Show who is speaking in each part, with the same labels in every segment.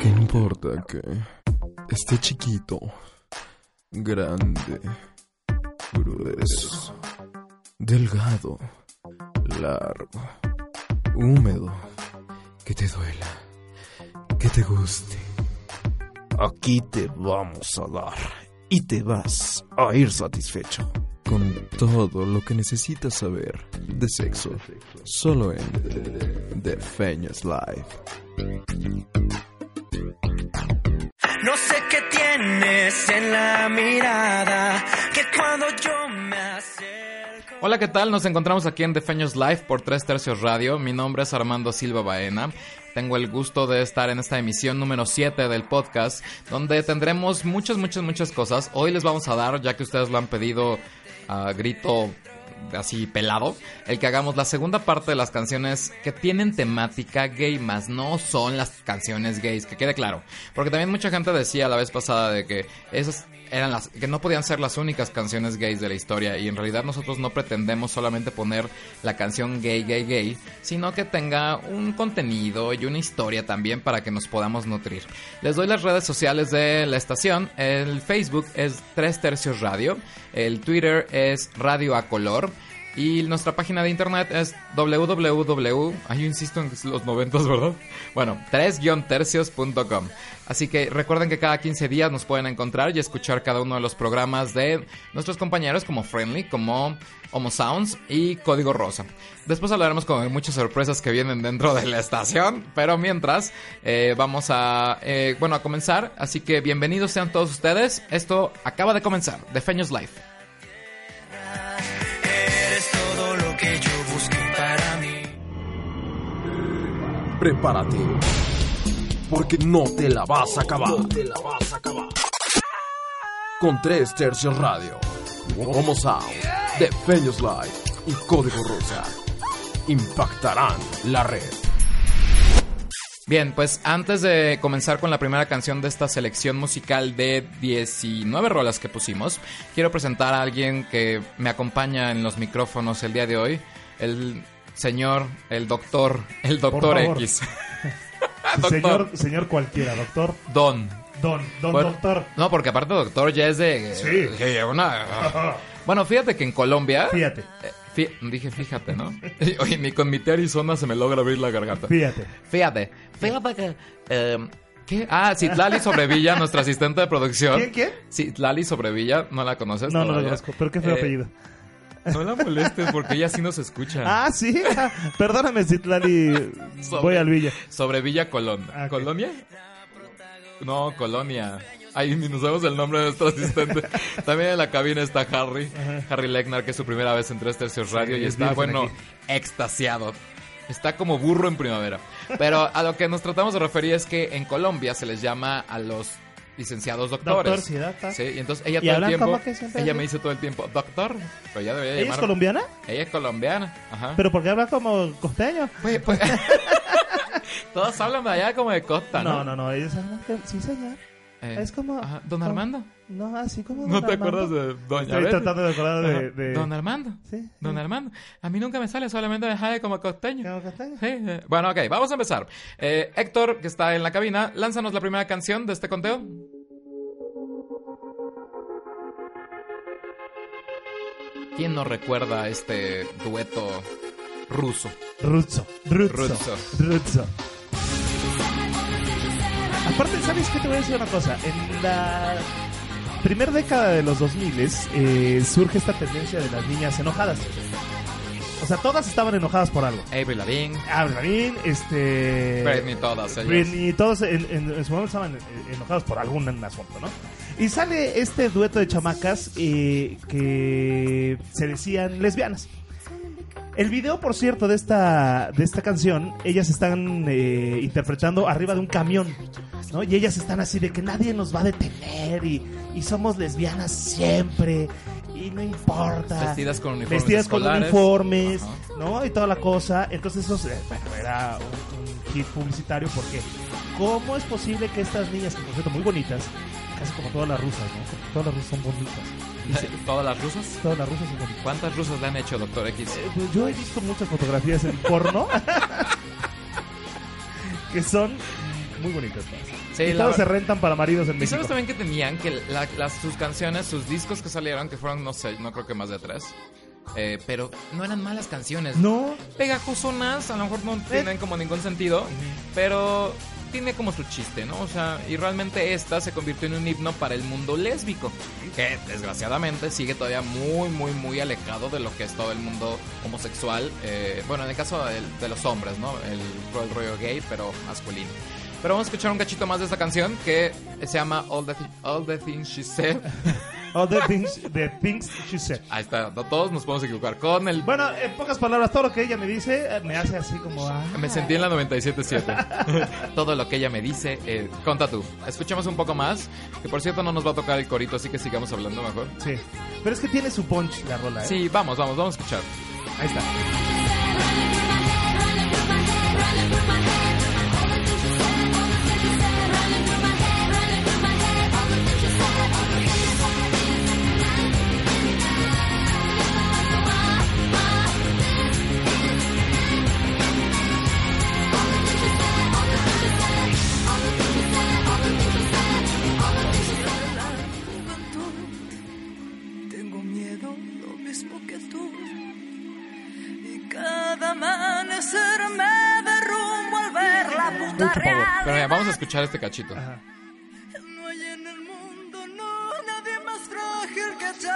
Speaker 1: ¿Qué importa que esté chiquito, grande, grueso, delgado, largo, húmedo, que te duela, que te guste? Aquí te vamos a dar y te vas a ir satisfecho con todo lo que necesitas saber de sexo, solo en The Feñas Live.
Speaker 2: No sé qué tienes en la mirada, que cuando yo me acerco...
Speaker 3: Hola, ¿qué tal? Nos encontramos aquí en Defeños Live por Tres Tercios Radio. Mi nombre es Armando Silva Baena. Tengo el gusto de estar en esta emisión número 7 del podcast, donde tendremos muchas, muchas, muchas cosas. Hoy les vamos a dar, ya que ustedes lo han pedido a grito así pelado, el que hagamos la segunda parte de las canciones que tienen temática gay, más no son las canciones gays, que quede claro. Porque también mucha gente decía la vez pasada de que esas eran las que no podían ser las únicas canciones gays de la historia y en realidad nosotros no pretendemos solamente poner la canción gay gay gay, sino que tenga un contenido y una historia también para que nos podamos nutrir. Les doy las redes sociales de la estación, el Facebook es Tres Tercios Radio, el Twitter es Radio a Color. Y nuestra página de internet es www. Ay, yo insisto en que es los noventas, ¿verdad? Bueno, 3-tercios.com. Así que recuerden que cada 15 días nos pueden encontrar y escuchar cada uno de los programas de nuestros compañeros como Friendly, como Homo Sounds y Código Rosa. Después hablaremos con muchas sorpresas que vienen dentro de la estación, pero mientras eh, vamos a, eh, bueno, a comenzar. Así que bienvenidos sean todos ustedes. Esto acaba de comenzar, de Feños Life.
Speaker 2: Eres todo lo que yo busqué para mí.
Speaker 1: Prepárate, porque no te la vas a acabar. te la vas a acabar. Con tres tercios radio, Homo Sound, The Feños Live y Código Rosa impactarán la red.
Speaker 3: Bien, pues antes de comenzar con la primera canción de esta selección musical de 19 rolas que pusimos, quiero presentar a alguien que me acompaña en los micrófonos el día de hoy, el señor, el doctor, el doctor
Speaker 4: favor.
Speaker 3: X. doctor,
Speaker 4: Señor, señor cualquiera, doctor.
Speaker 3: don.
Speaker 4: Don, don
Speaker 3: Bueno,
Speaker 4: doctor.
Speaker 3: No, porque aparte doctor ya es de...
Speaker 4: Sí.
Speaker 3: que una- bueno, fíjate que en Colombia...
Speaker 4: Fíjate,
Speaker 3: eh, fí- dije, fíjate, ¿no? Oye, ni con mi té Arizona se me logra abrir la garganta.
Speaker 4: fíjate.
Speaker 3: Fíjate, fíjate que. eh, ¿Qué? Ah, Citlali Sobrevilla, nuestra asistente de producción.
Speaker 4: ¿Quién, quién?
Speaker 3: Citlali Sobrevilla, ¿no la conoces?
Speaker 4: No, no lo
Speaker 3: todavía?
Speaker 4: conozco, pero qué feo
Speaker 3: Eh,
Speaker 4: apellido.
Speaker 3: No la molestes porque ella sí nos escucha.
Speaker 4: Ah, sí. Perdóname, Citlali.
Speaker 3: Sobre-
Speaker 4: Voy al Villa.
Speaker 3: Sobrevilla Colón.
Speaker 4: Ah, ok.
Speaker 3: ¿Colonia? No, Colonia. Ahí ni nos sabemos el nombre de nuestro asistente. También en la cabina está Harry. Harry Legnar, que es su primera vez en Tres Tercios Radio y
Speaker 4: es
Speaker 3: está,
Speaker 4: virgen
Speaker 3: bueno,
Speaker 4: aquí.
Speaker 3: extasiado. Está como burro en primavera. Pero a lo que nos tratamos de referir es que en Colombia se les llama a los licenciados doctores.
Speaker 4: Doctor, sí, doctor.
Speaker 3: Sí, y entonces ella
Speaker 4: ¿Y
Speaker 3: todo el
Speaker 4: hablan
Speaker 3: tiempo.
Speaker 4: como que siempre
Speaker 3: Ella
Speaker 4: hablan?
Speaker 3: me dice todo el tiempo, doctor. Pero ya debería
Speaker 4: ¿Ella es
Speaker 3: llamar-
Speaker 4: colombiana?
Speaker 3: Ella es colombiana. Ajá.
Speaker 4: ¿Pero por qué habla como costeño?
Speaker 3: Pues, pues- Todos hablan de allá como de costa, ¿no?
Speaker 4: No, no, no. ella es una- Sí, señor.
Speaker 3: Eh,
Speaker 4: Es como-
Speaker 3: ajá, Don
Speaker 4: como-
Speaker 3: Armando.
Speaker 4: No, así como.
Speaker 3: ¿No
Speaker 4: don
Speaker 3: te
Speaker 4: Armando.
Speaker 3: acuerdas de Doña
Speaker 4: Estoy
Speaker 3: Betty?
Speaker 4: tratando de acordar
Speaker 3: Ajá,
Speaker 4: de. de-
Speaker 3: Don Armando.
Speaker 4: Sí.
Speaker 3: Don Armando. A mí nunca me sale solamente dejar de como costeño.
Speaker 4: ¿Como costeño?
Speaker 3: Sí, eh, Bueno, ok, vamos a empezar. Eh, Héctor, que está en la cabina, lánzanos la primera canción de este conteo. ¿Quién no recuerda este dueto ruso?
Speaker 4: Ruzzo. Ruzzo.
Speaker 3: Ruzzo.
Speaker 4: Ruzzo. Aparte, ¿sabes qué? Te voy a decir una cosa. En la primera década de los 2000 eh, surge esta tendencia de las niñas enojadas. O sea, todas estaban enojadas por algo.
Speaker 3: Avril Lavigne,
Speaker 4: Abraham, este...
Speaker 3: Britney, todas ellas.
Speaker 4: Britney, todos en, en- en su momento estaban eh, enojados por algún asunto, ¿no? Y sale este dueto de chamacas eh, que se decían lesbianas. El video, por cierto, de esta, de esta canción, ellas están eh, interpretando arriba de un camión, ¿no? Y ellas están así de que nadie nos va a detener y, y somos lesbianas siempre y no importa.
Speaker 3: Vestidas con uniformes
Speaker 4: Vestidas con
Speaker 3: escolares.
Speaker 4: uniformes,
Speaker 3: Ajá.
Speaker 4: ¿no? Y toda la cosa. Entonces eso eh, bueno, era un, un hit publicitario porque ¿cómo es posible que estas niñas, que por cierto muy bonitas, casi como todas las rusas, ¿no? Porque todas las rusas son bonitas. Y se-
Speaker 3: ¿Todas las rusas?
Speaker 4: todas las rusas son bonitas.
Speaker 3: ¿Cuántas rusas le han hecho, Doctor X?
Speaker 4: Eh, pues, Yo he visto muchas fotografías en porno que son muy bonitas. todas.
Speaker 3: Sí,
Speaker 4: y
Speaker 3: la
Speaker 4: todas se
Speaker 3: ver-
Speaker 4: rentan para maridos en
Speaker 3: ¿Y
Speaker 4: México.
Speaker 3: sabes también que tenían? Que la- las, sus canciones, sus discos que salieron, que fueron, no sé, no creo que más de tres. eh, pero no eran malas canciones.
Speaker 4: No, Eh.
Speaker 3: Pegajosonas, a lo mejor no tienen como ningún sentido, pero tiene como su chiste, ¿no? O sea, y realmente esta se convirtió en un himno para el mundo lésbico, que desgraciadamente sigue todavía muy, muy, muy alejado de lo que es todo el mundo homosexual. eh, bueno, en el caso del- de, los hombres, ¿no? El, todo el rollo gay, pero masculino. Pero vamos a escuchar un cachito más de esta canción que se llama All the, Thi- All the Things She Said.
Speaker 4: all the things, the things she said.
Speaker 3: Ahí está, no todos nos podemos equivocar con el...
Speaker 4: Bueno, en pocas palabras, todo lo que ella me dice eh, me hace así como... ah.
Speaker 3: Me sentí en la 97.7. Todo lo que ella me dice, eh, conta tú. Escuchemos un poco más, que por cierto no nos va a tocar el corito, así que sigamos hablando mejor.
Speaker 4: Sí. Pero es que tiene su punch la rola, ¿eh?
Speaker 3: Sí, vamos, vamos, vamos a escuchar.
Speaker 4: Ahí está.
Speaker 5: Tengo miedo, lo mismo que tú. Y cada amanecer me derrumbo al ver la puta
Speaker 4: Mucho pavor.
Speaker 5: realidad.
Speaker 3: Pero mira, vamos a escuchar este cachito.
Speaker 5: No hay en el mundo, no, nadie más frágil que tú.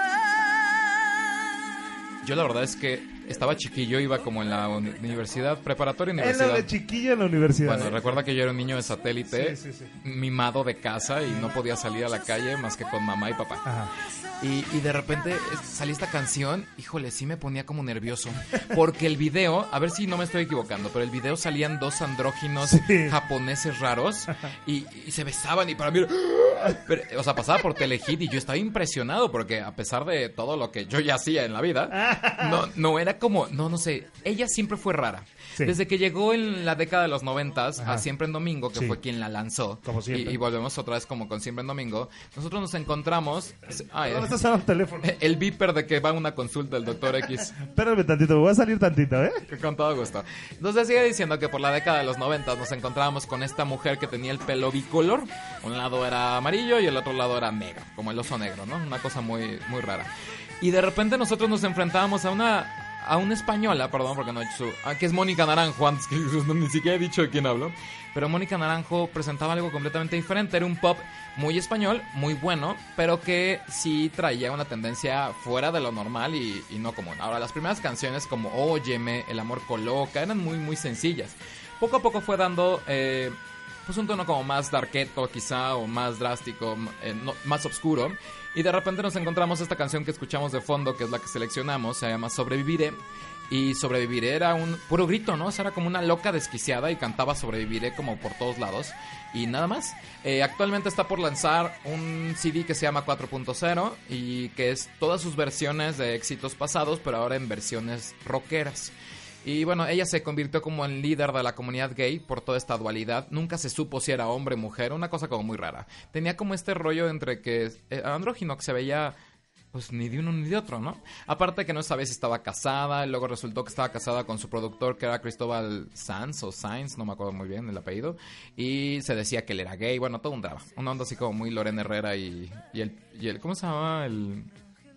Speaker 3: Yo la verdad es que estaba chiquillo, iba como en la uni- universidad, preparatoria
Speaker 4: Es la de
Speaker 3: universidad.
Speaker 4: chiquillo en la universidad.
Speaker 3: Bueno,
Speaker 4: ¿eh?
Speaker 3: recuerda que yo era un niño de satélite,
Speaker 4: Sí, sí, sí.
Speaker 3: mimado de casa y no podía salir a la calle más que con mamá y papá.
Speaker 4: Ajá.
Speaker 3: Y, y de repente eh, salió esta canción, híjole, sí me ponía como nervioso. Porque el video, a ver si no me estoy equivocando, pero el video salían dos andróginos
Speaker 4: Sí.
Speaker 3: japoneses raros y, y se besaban y para mí... era- pero, o sea, pasaba por Telehit y yo estaba impresionado porque a pesar de todo lo que yo ya hacía en la
Speaker 4: Ah,
Speaker 3: vida, no, no era como, no, no sé, ella siempre fue rara.
Speaker 4: Sí.
Speaker 3: Desde que llegó en la década de los noventas a
Speaker 4: Ajá.
Speaker 3: Siempre en Domingo, que
Speaker 4: Sí.
Speaker 3: fue quien la lanzó,
Speaker 4: Como siempre.
Speaker 3: Y, y volvemos otra vez como con Siempre en Domingo, nosotros nos encontramos... Ay,
Speaker 4: No me estás dando el teléfono.
Speaker 3: el viper de que va a una consulta del doctor X.
Speaker 4: Espérame tantito, me voy a salir tantito, ¿eh?
Speaker 3: Con todo gusto. Entonces sigue diciendo que por la década de los 90 nos encontrábamos con esta mujer que tenía el pelo bicolor. Un lado era amarillo y el otro lado era negro, como el oso negro, ¿no? Una cosa muy, muy rara. Y de repente nosotros nos enfrentábamos a una a una española, perdón, porque no he hecho su... ah, que es Mónica Naranjo, antes que ni siquiera he dicho de quién hablo. Pero Mónica Naranjo presentaba algo completamente diferente. Era un pop muy español, muy bueno, pero que sí traía una tendencia fuera de lo normal y, y no común. Ahora, las primeras canciones como Óyeme, El amor coloca, eran muy, muy sencillas. Poco a poco fue dando... eh, pues un tono como más darketo quizá o más drástico, m- eh, no- más oscuro. Y de repente nos encontramos esta canción que escuchamos de fondo, que es la que seleccionamos, se llama Sobreviviré. Y Sobreviviré era un puro grito, ¿no? O sea, era como una loca desquiciada y cantaba Sobreviviré como por todos lados. Y nada más. Eh, actualmente está por lanzar un CD que se llama 4.0 y que es todas sus versiones de éxitos pasados, pero ahora en versiones rockeras. Y bueno, ella se convirtió como en líder de la comunidad gay por toda esta dualidad. Nunca se supo si era hombre o mujer, una cosa como muy rara. Tenía como este rollo entre que eh, andrógino que se veía pues ni de uno ni de otro, ¿no? Aparte que no sabía si estaba casada, luego resultó que estaba casada con su productor que era Cristóbal Sanz o Sainz, no me acuerdo muy bien el apellido, y se decía que él era gay, bueno, todo un drama. Una onda así como muy Lorena Herrera y, y el, y el... ¿Cómo se llama? El...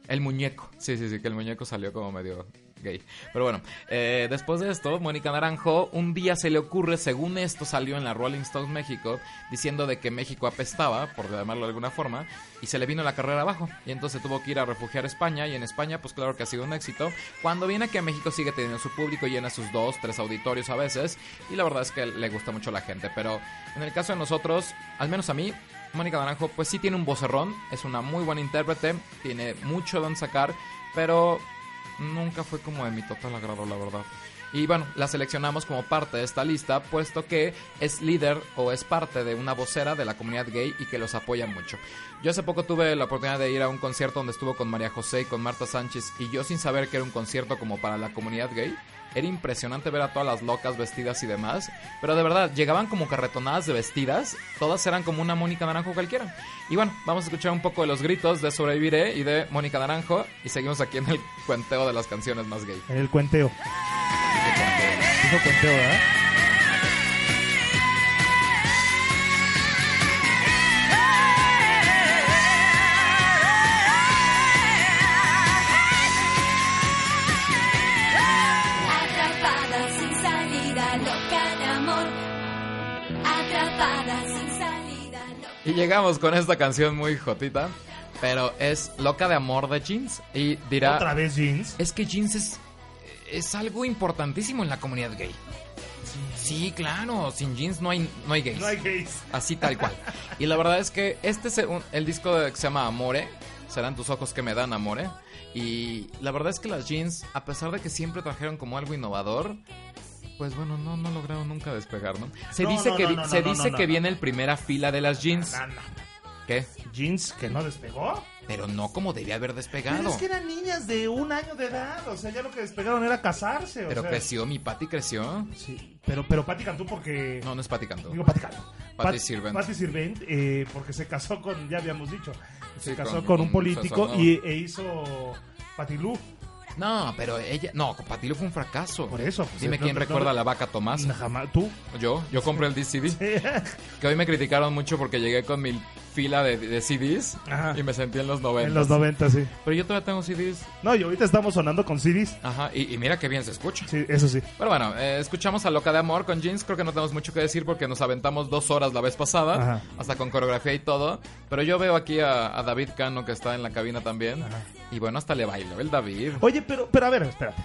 Speaker 3: El muñeco. Sí, sí, sí, que el muñeco salió como medio gay. Pero bueno, eh, después de esto, Mónica Naranjo un día se le ocurre, según esto salió en la Rolling Stones México, diciendo de que México apestaba, por llamarlo de alguna forma, y se le vino la carrera abajo. Y entonces tuvo que ir a refugiar a España, y en España, pues claro que ha sido un éxito. Cuando viene aquí a México sigue teniendo su público, llena sus dos, tres auditorios a veces, y la verdad es que le gusta mucho la gente. Pero en el caso de nosotros, al menos a mí, Mónica Naranjo, pues sí tiene un vocerrón, es una muy buena intérprete, tiene mucho don sacar, pero nunca fue como de mi total agrado, la verdad. Y bueno, la seleccionamos como parte de esta lista, puesto que es líder o es parte de una vocera de la comunidad gay y que los apoya mucho. Yo hace poco tuve la oportunidad de ir a un concierto donde estuvo con María José y con Marta Sánchez, y yo sin saber que era un concierto como para la comunidad gay, era impresionante ver a todas las locas vestidas y demás, pero de verdad, llegaban como carretonadas de vestidas, todas eran como una Mónica Naranjo cualquiera. Y bueno, vamos a escuchar un poco de los gritos de Sobreviviré y de Mónica Naranjo, y seguimos aquí en el cuenteo de las canciones más gay.
Speaker 4: En el cuenteo. Dijo cuenteo, ¿verdad?
Speaker 6: atrapada sin salida. No.
Speaker 3: Y llegamos con esta canción muy jotita, pero es Loca de Amor de Jeans. Y dirá,
Speaker 4: Otra vez jeans.
Speaker 3: es que Jeans es, es algo importantísimo en la comunidad gay. Sí, claro, sin Jeans no hay, no hay gays.
Speaker 4: No hay gays.
Speaker 3: Así tal cual. Y la verdad es que este es el disco de- que se llama Amore. Serán tus ojos que me dan amore. Y la verdad es que las jeans, a pesar de que siempre trajeron como algo innovador, pues bueno, no, no lograron nunca despegar, ¿no? Se
Speaker 4: No,
Speaker 3: dice
Speaker 4: no,
Speaker 3: que,
Speaker 4: no,
Speaker 3: vi-
Speaker 4: no,
Speaker 3: se
Speaker 4: no, no,
Speaker 3: dice
Speaker 4: no,
Speaker 3: que
Speaker 4: no.
Speaker 3: viene el primera fila de las jeans.
Speaker 4: No, no.
Speaker 3: ¿Qué?
Speaker 4: Jeans que no despegó.
Speaker 3: Pero no como debía haber despegado.
Speaker 4: Pero
Speaker 3: Pero,
Speaker 4: es que eran niñas de un año de edad. O sea, ya lo que despegaron era casarse. o sea.
Speaker 3: creció, mi Patty creció.
Speaker 4: Sí, pero, pero Pati Cantú porque...
Speaker 3: No, no es Patty Cantú.
Speaker 4: Digo Pati Cantú.
Speaker 3: Pati
Speaker 4: Pat-
Speaker 3: Sirvent.
Speaker 4: Pati Sirvent, eh, porque se casó con, ya habíamos dicho, se
Speaker 3: Sí,
Speaker 4: casó con,
Speaker 3: con-
Speaker 4: un
Speaker 3: con
Speaker 4: político
Speaker 3: Sazonova.
Speaker 4: y, e hizo Patilú.
Speaker 3: No, pero ella. No, Patty fue un fracaso.
Speaker 4: Por eso, pues,
Speaker 3: Dime
Speaker 4: no,
Speaker 3: quién
Speaker 4: no,
Speaker 3: recuerda
Speaker 4: no.
Speaker 3: a la vaca Tomás.
Speaker 4: Jamás, tú.
Speaker 3: Yo, yo compré el DCD. Que hoy me criticaron mucho porque llegué con mi fila de, de CDs
Speaker 4: Ajá.
Speaker 3: y me sentí en los 90.
Speaker 4: en los 90, sí.
Speaker 3: Pero yo todavía tengo CDs.
Speaker 4: No, y ahorita estamos sonando con CDs.
Speaker 3: Ajá, y, y mira qué bien se escucha.
Speaker 4: Sí, eso sí.
Speaker 3: Pero bueno, eh, escuchamos a Loca de Amor con Jeans. Creo que no tenemos mucho que decir porque nos aventamos dos horas la vez pasada,
Speaker 4: Ajá.
Speaker 3: hasta con coreografía y todo. Pero yo veo aquí a, a David Cano que está en la cabina también. Y bueno, hasta le bailó el David.
Speaker 4: Oye, pero, pero a ver, espérate.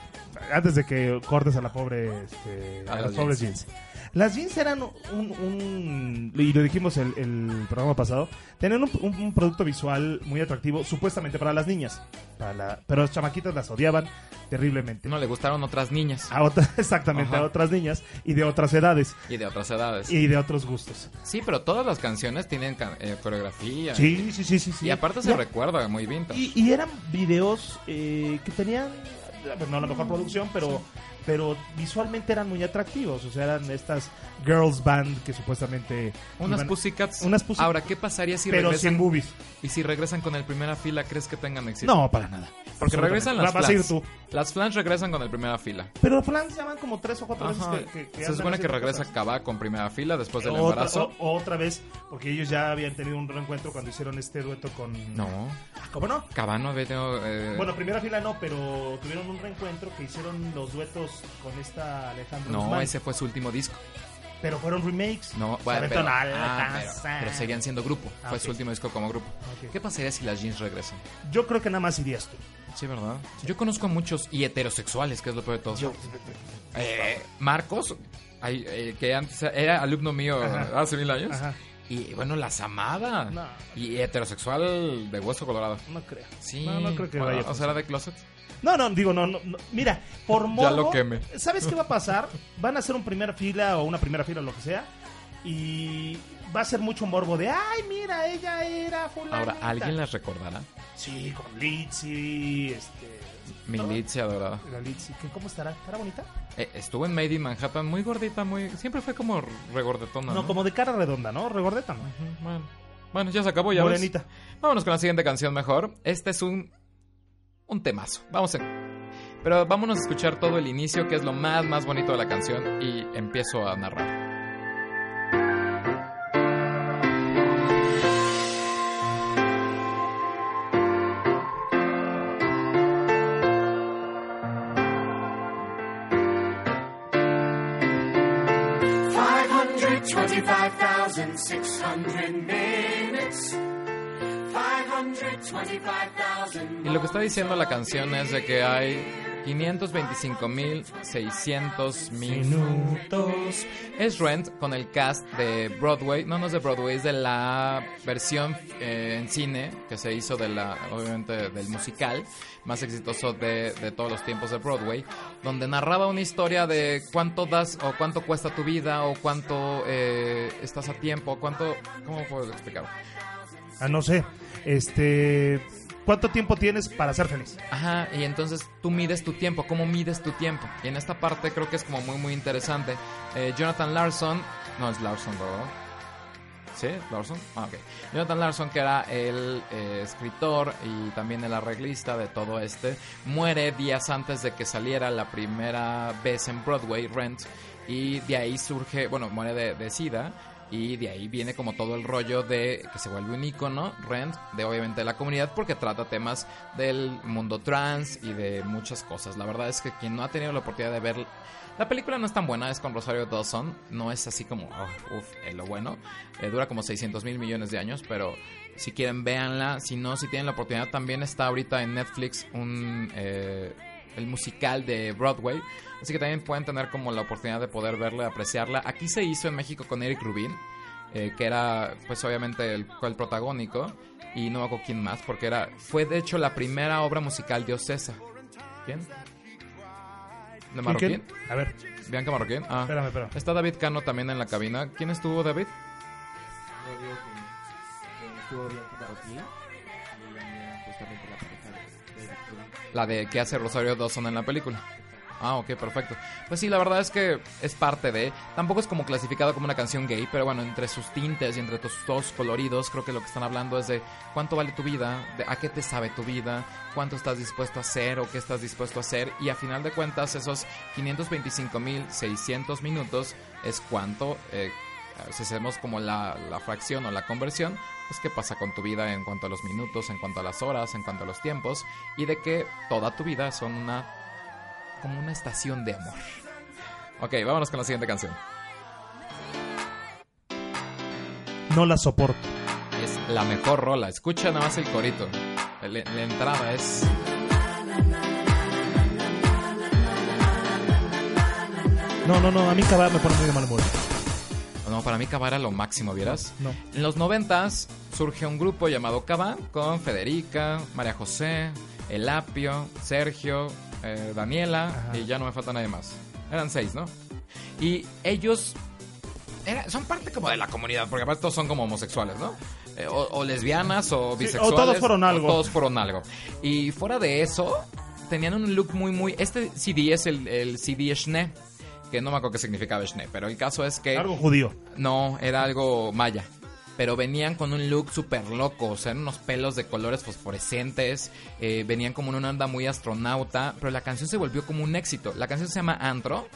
Speaker 4: Antes de que cortes a la pobre, este,
Speaker 3: A
Speaker 4: a
Speaker 3: las
Speaker 4: las pobres jeans. Las jeans eran un, un- y lo dijimos el, el programa pasado, tenían un, un- un producto visual muy atractivo, supuestamente para las niñas, para la- pero las chamaquitas las odiaban terriblemente.
Speaker 3: No le gustaron otras niñas
Speaker 4: A otra- exactamente,
Speaker 3: Ajá.
Speaker 4: a otras niñas y de otras edades
Speaker 3: y de otras edades.
Speaker 4: y de otros gustos.
Speaker 3: Sí, pero todas las canciones tienen can- eh, coreografía.
Speaker 4: Sí, sí, sí, sí. sí.
Speaker 3: Y aparte se
Speaker 4: Ya-
Speaker 3: recuerda muy bien.
Speaker 4: Y, y eran videos eh, que tenían, pues, no la mejor producción, pero, pero visualmente eran muy atractivos. O sea, eran estas girls band que supuestamente...
Speaker 3: Unas
Speaker 4: iban-
Speaker 3: pussycats.
Speaker 4: unas pussycats.
Speaker 3: Ahora, ¿qué pasaría si
Speaker 4: pero
Speaker 3: regresan?
Speaker 4: sin boobies.
Speaker 3: Y si regresan con el primera fila, ¿crees que tengan éxito?
Speaker 4: No, para nada.
Speaker 3: Porque
Speaker 4: Absolutamente.
Speaker 3: regresan las
Speaker 4: Va- vas a ir
Speaker 3: flans.
Speaker 4: tú.
Speaker 3: Las flans regresan con el primera fila.
Speaker 4: Pero flans llaman como tres o cuatro
Speaker 3: Ajá.
Speaker 4: veces que... que- que
Speaker 3: Se
Speaker 4: andan
Speaker 3: supone que
Speaker 4: haciendo
Speaker 3: regresa
Speaker 4: cosas.
Speaker 3: Cabá con primera fila después del
Speaker 4: Otra-
Speaker 3: embarazo.
Speaker 4: o- otra vez, porque ellos ya habían tenido un reencuentro cuando hicieron este dueto con...
Speaker 3: No,
Speaker 4: Ah, ¿Cómo no?
Speaker 3: Cabá no había tenido. eh,
Speaker 4: Bueno, primera fila no, pero tuvieron un reencuentro que hicieron los duetos con esta Alejandra
Speaker 3: no,
Speaker 4: Guzmán.
Speaker 3: ese fue su último disco.
Speaker 4: Pero fueron remakes.
Speaker 3: No,
Speaker 4: Se
Speaker 3: bueno, pero,
Speaker 4: aventaron a la
Speaker 3: ah, pero,
Speaker 4: casa.
Speaker 3: pero seguían siendo grupo.
Speaker 4: Ah,
Speaker 3: fue
Speaker 4: ok.
Speaker 3: su último disco como grupo.
Speaker 4: Ok.
Speaker 3: ¿Qué pasaría si las jeans regresan?
Speaker 4: Yo creo que nada más irías tú.
Speaker 3: Sí, ¿verdad? Yo conozco a muchos y heterosexuales, que es lo peor de todo. Eh, Marcos, ay, eh, que antes era alumno mío
Speaker 4: Ajá.
Speaker 3: hace mil años.
Speaker 4: Ajá.
Speaker 3: Y bueno, las amaba.
Speaker 4: No.
Speaker 3: Y heterosexual de hueso colorado.
Speaker 4: No creo.
Speaker 3: Sí.
Speaker 4: No, no creo que
Speaker 3: Bueno,
Speaker 4: vaya a
Speaker 3: O sea, era de closet.
Speaker 4: No, no, digo, no, no, no. Mira, por morbo.
Speaker 3: lo quemé.
Speaker 4: ¿Sabes qué va a pasar? Van a hacer un primera fila o una primera fila, lo que sea. Y va a ser mucho morbo de, ay, mira, ella era fulana.
Speaker 3: Ahora, ¿alguien las recordará?
Speaker 4: Sí, con Litzy, este...
Speaker 3: Milicia dorada.
Speaker 4: La Litzy, ¿qué- ¿cómo estará? ¿Estará bonita?
Speaker 3: Eh, estuvo en Made in Manhattan, muy gordita, muy. Siempre fue como regordetona.
Speaker 4: No,
Speaker 3: No,
Speaker 4: como de cara redonda, ¿no? Regordeta, ¿no?
Speaker 3: Ujú, Bueno. Bueno, ya se acabó, ya ves.
Speaker 4: Morenita.
Speaker 3: Vámonos con la siguiente canción mejor. Este es un. un temazo. Vamos en. Pero vámonos a escuchar todo el inicio, que es lo más, más bonito de la canción, y empiezo a narrar. Y lo que está diciendo la canción es de que hay 525.600 minutos. Es Rent con el cast de Broadway. No, no es de Broadway, es de la versión eh, en cine que se hizo de la, obviamente, del musical más exitoso de, de todos los tiempos de Broadway, donde narraba una historia de cuánto das o cuánto cuesta tu vida o cuánto eh, estás a tiempo, cuánto, ¿cómo puedo explicarlo?
Speaker 4: Ah, no sé. Este. ¿Cuánto tiempo tienes para ser feliz?
Speaker 3: Ajá, y entonces tú mides tu tiempo, ¿cómo mides tu tiempo? Y en esta parte creo que es como muy, muy interesante. Eh, Jonathan Larson, no es Larson, ¿verdad? ¿Sí? ¿Larson? Ah, ok. Jonathan Larson, que era el eh, escritor y también el arreglista de todo este, muere días antes de que saliera la primera vez en Broadway, Rent, y de ahí surge, bueno, muere de, de SIDA. Y de ahí viene como todo el rollo de que se vuelve un icono, Rent, de obviamente la comunidad, porque trata temas del mundo trans y de muchas cosas. La verdad es que quien no ha tenido la oportunidad de ver. La película no es tan buena, es con Rosario Dawson, no es así como, oh, uf, eh, lo bueno. Eh, dura como 600 mil millones de años, pero si quieren, véanla. Si no, si tienen la oportunidad, también está ahorita en Netflix un. eh, el musical de Broadway. Así que también pueden tener como la oportunidad de poder verla, apreciarla. Aquí se hizo en México con Eric Rubin, eh, que era pues obviamente el, el protagónico. Y no hago quién más, porque era fue de hecho la primera obra musical diocesa. ¿Quién? ¿De Marroquín?
Speaker 4: A ver,
Speaker 3: ¿Bianca Marroquín? Ah.
Speaker 4: espérame, espérame.
Speaker 3: Está David Cano también en la cabina. ¿Quién estuvo, David?
Speaker 7: No digo que, que estuvo bien con Marroquín y eh, justamente la pareja de de David Bowie.
Speaker 3: La de que hace Rosario Dawson en la película. Ah, ok, perfecto. Pues sí, la verdad es que es parte de. Tampoco es como clasificado como una canción gay, pero bueno, entre sus tintes y entre sus todos coloridos, creo que lo que están hablando es de cuánto vale tu vida, de a qué te sabe tu vida, cuánto estás dispuesto a hacer o qué estás dispuesto a hacer. Y a final de cuentas, esos 525.600 minutos es cuánto, eh, si hacemos como la, la fracción o la conversión, pues qué pasa con tu vida en cuanto a los minutos, en cuanto a las horas, en cuanto a los tiempos, y de que toda tu vida son una como una estación de amor. Ok, vámonos con la siguiente canción.
Speaker 4: No la soporto.
Speaker 3: Es la mejor rola. Escucha nada más el corito. La, la entrada es.
Speaker 4: No, no, no, a mí Cabá me pone muy de mal humor.
Speaker 3: No, para mí Cava era lo máximo, ¿vieras?
Speaker 4: No.
Speaker 3: En los noventas surge un grupo llamado Cava con Federica, María José, El Apio, Sergio, eh, Daniela
Speaker 4: Ajá.
Speaker 3: y ya no me falta nadie más. Eran seis, ¿no? Y ellos era- son parte como de la comunidad, porque aparte todos son como homosexuales, ¿no? Eh, o, o lesbianas o bisexuales.
Speaker 4: todos fueron
Speaker 3: o
Speaker 4: algo.
Speaker 3: todos fueron algo. Y fuera de eso, tenían un look muy, muy... Este CD es el, el CD Schne, que no me acuerdo qué significaba Schne, pero el caso es que...
Speaker 4: Algo judío.
Speaker 3: No, era algo maya. Pero venían con un look súper loco, o sea, eran unos pelos de colores fosforescentes, eh, venían como en una onda muy astronauta, pero la canción se volvió como un éxito. La canción se llama Antro,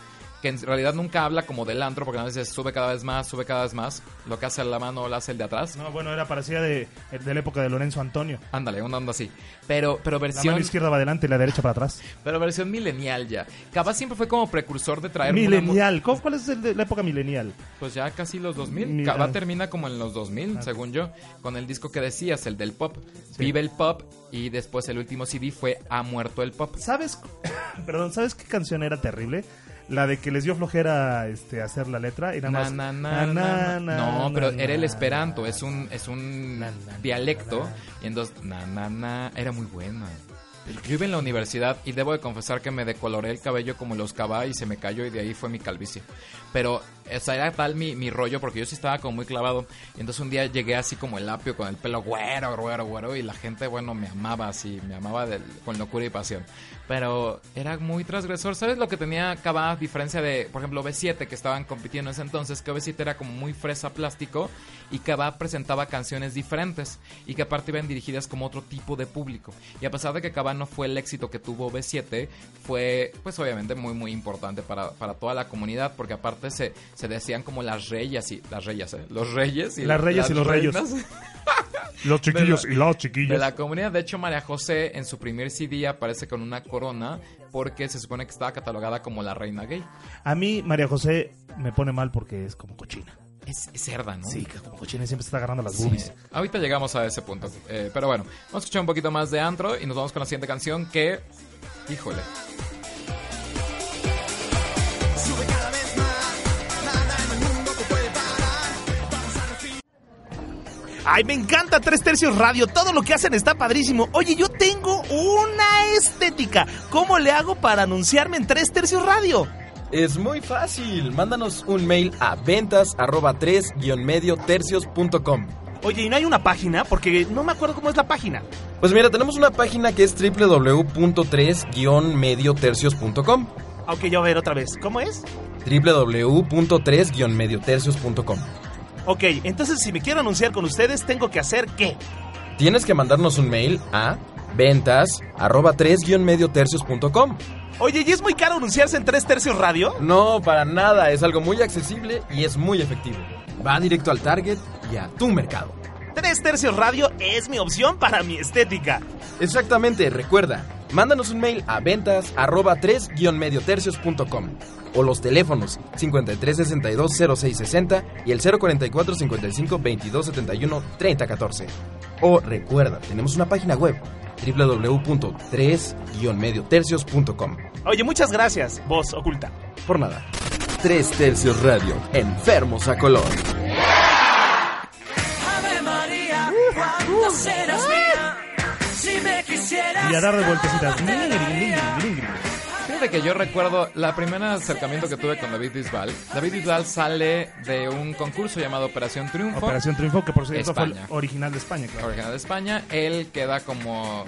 Speaker 3: que en realidad nunca habla como del antro, porque a veces sube cada vez más, sube cada vez más, lo que hace la mano lo hace el de atrás.
Speaker 4: No, bueno, era parecida de, de la época de Lorenzo Antonio.
Speaker 3: Ándale, una onda así. Pero, pero
Speaker 4: La
Speaker 3: versión,
Speaker 4: mano izquierda va adelante y la derecha para atrás.
Speaker 3: pero versión milenial ya. Capaz siempre fue como precursor de traer... una mu-
Speaker 4: Milenial. ¿Cómo- ¿Cuál es el de la época milenial?
Speaker 3: Pues ya casi los 2000.
Speaker 4: Mira.
Speaker 3: Cabá termina como en los 2000, según yo, con el disco que decías, el del pop. Vive el pop y después el último CD fue Ha muerto el pop.
Speaker 4: ¿Sabes? Perdón, ¿sabes qué canción era terrible? La de que les dio flojera este, hacer la letra y nada
Speaker 3: Na,
Speaker 4: más.
Speaker 3: na, na,
Speaker 4: na,
Speaker 3: na,
Speaker 4: na,
Speaker 3: No,
Speaker 4: na,
Speaker 3: pero
Speaker 4: na,
Speaker 3: era el
Speaker 4: na,
Speaker 3: esperanto,
Speaker 4: na,
Speaker 3: es un es un
Speaker 4: Na, na, na,
Speaker 3: dialecto
Speaker 4: na.
Speaker 3: y entonces na na na era muy buena. Yo iba en la universidad y debo de confesar que me decoloré el cabello como los cabá y se me cayó y de ahí fue mi calvicie. Pero o sea, era tal mi, mi rollo porque yo sí estaba como muy clavado. Y entonces un día llegué así como el apio con el pelo güero, güero, güero y la gente, bueno, me amaba así, me amaba del- con locura y pasión. Pero era muy transgresor. ¿Sabes lo que tenía Cabá a diferencia de, por ejemplo, B7 que estaban compitiendo en ese entonces? Que B7 era como muy fresa plástico y Cabá presentaba canciones diferentes y que aparte iban dirigidas como otro tipo de público. Y a pesar de que Cabá no fue el éxito que tuvo B7, fue pues obviamente muy muy importante para, para toda la comunidad porque aparte se, se decían como las reyes y las reyes, ¿eh? los reyes y
Speaker 4: Las reyes y los reyes.
Speaker 3: reinas
Speaker 4: Los chiquillos
Speaker 3: De la-
Speaker 4: y las
Speaker 3: de
Speaker 4: chiquillas.
Speaker 3: la comunidad. De hecho, María José en su primer CD aparece con una corona porque se supone que estaba catalogada como la reina gay.
Speaker 4: A mí, María José me pone mal porque es como cochina.
Speaker 3: Es, es cerda, ¿no?
Speaker 4: Sí, que como cochina y siempre se está agarrando las
Speaker 3: Sí.
Speaker 4: boobies.
Speaker 3: Ahorita llegamos a ese punto. Eh, pero bueno, vamos a escuchar un poquito más de antro y nos vamos con la siguiente canción que. Híjole.
Speaker 4: Ay, me encanta Tres Tercios Radio. Todo lo que hacen está padrísimo. Oye, yo tengo una estética. ¿Cómo le hago para anunciarme en Tres Tercios Radio?
Speaker 8: Es muy fácil. Mándanos un mail a ventas arroba 3 medio tercios.com.
Speaker 4: Oye, ¿y no hay una página? Porque no me acuerdo cómo es la página.
Speaker 8: Pues mira, tenemos una página que es www.3-mediotercios.com.
Speaker 4: Aunque yo a ver otra vez. ¿Cómo es?
Speaker 8: www.3-mediotercios.com.
Speaker 4: Ok, entonces si me quiero anunciar con ustedes, tengo que hacer qué?
Speaker 8: Tienes que mandarnos un mail a ventas arroba 3-mediotercios.com.
Speaker 4: Oye, ¿y es muy caro anunciarse en Tres Tercios Radio?
Speaker 8: No, para nada, es algo muy accesible y es muy efectivo. Va directo al target y a tu mercado.
Speaker 9: Tres tercios radio es mi opción para mi estética.
Speaker 8: Exactamente, recuerda, mándanos un mail a ventas arroba 3-mediotercios.com o los teléfonos 5362-0660 y el 044-55-2271-3014. O recuerda, tenemos una página web www.3-mediotercios.com.
Speaker 9: Oye, muchas gracias, voz oculta.
Speaker 8: Por nada. 3 Tercios Radio, enfermos a color.
Speaker 5: Ave María, ¿cuándo serás mía? Si me quisieras.
Speaker 4: Y a darle vueltecitas.
Speaker 5: nada te daría.
Speaker 3: Fíjate que yo recuerdo la primera acercamiento que tuve con David Bisbal. David Bisbal sale de un concurso llamado Operación Triunfo.
Speaker 4: Operación Triunfo, que por cierto fue
Speaker 3: España.
Speaker 4: el original de España, claro.
Speaker 3: original de España. Él queda como.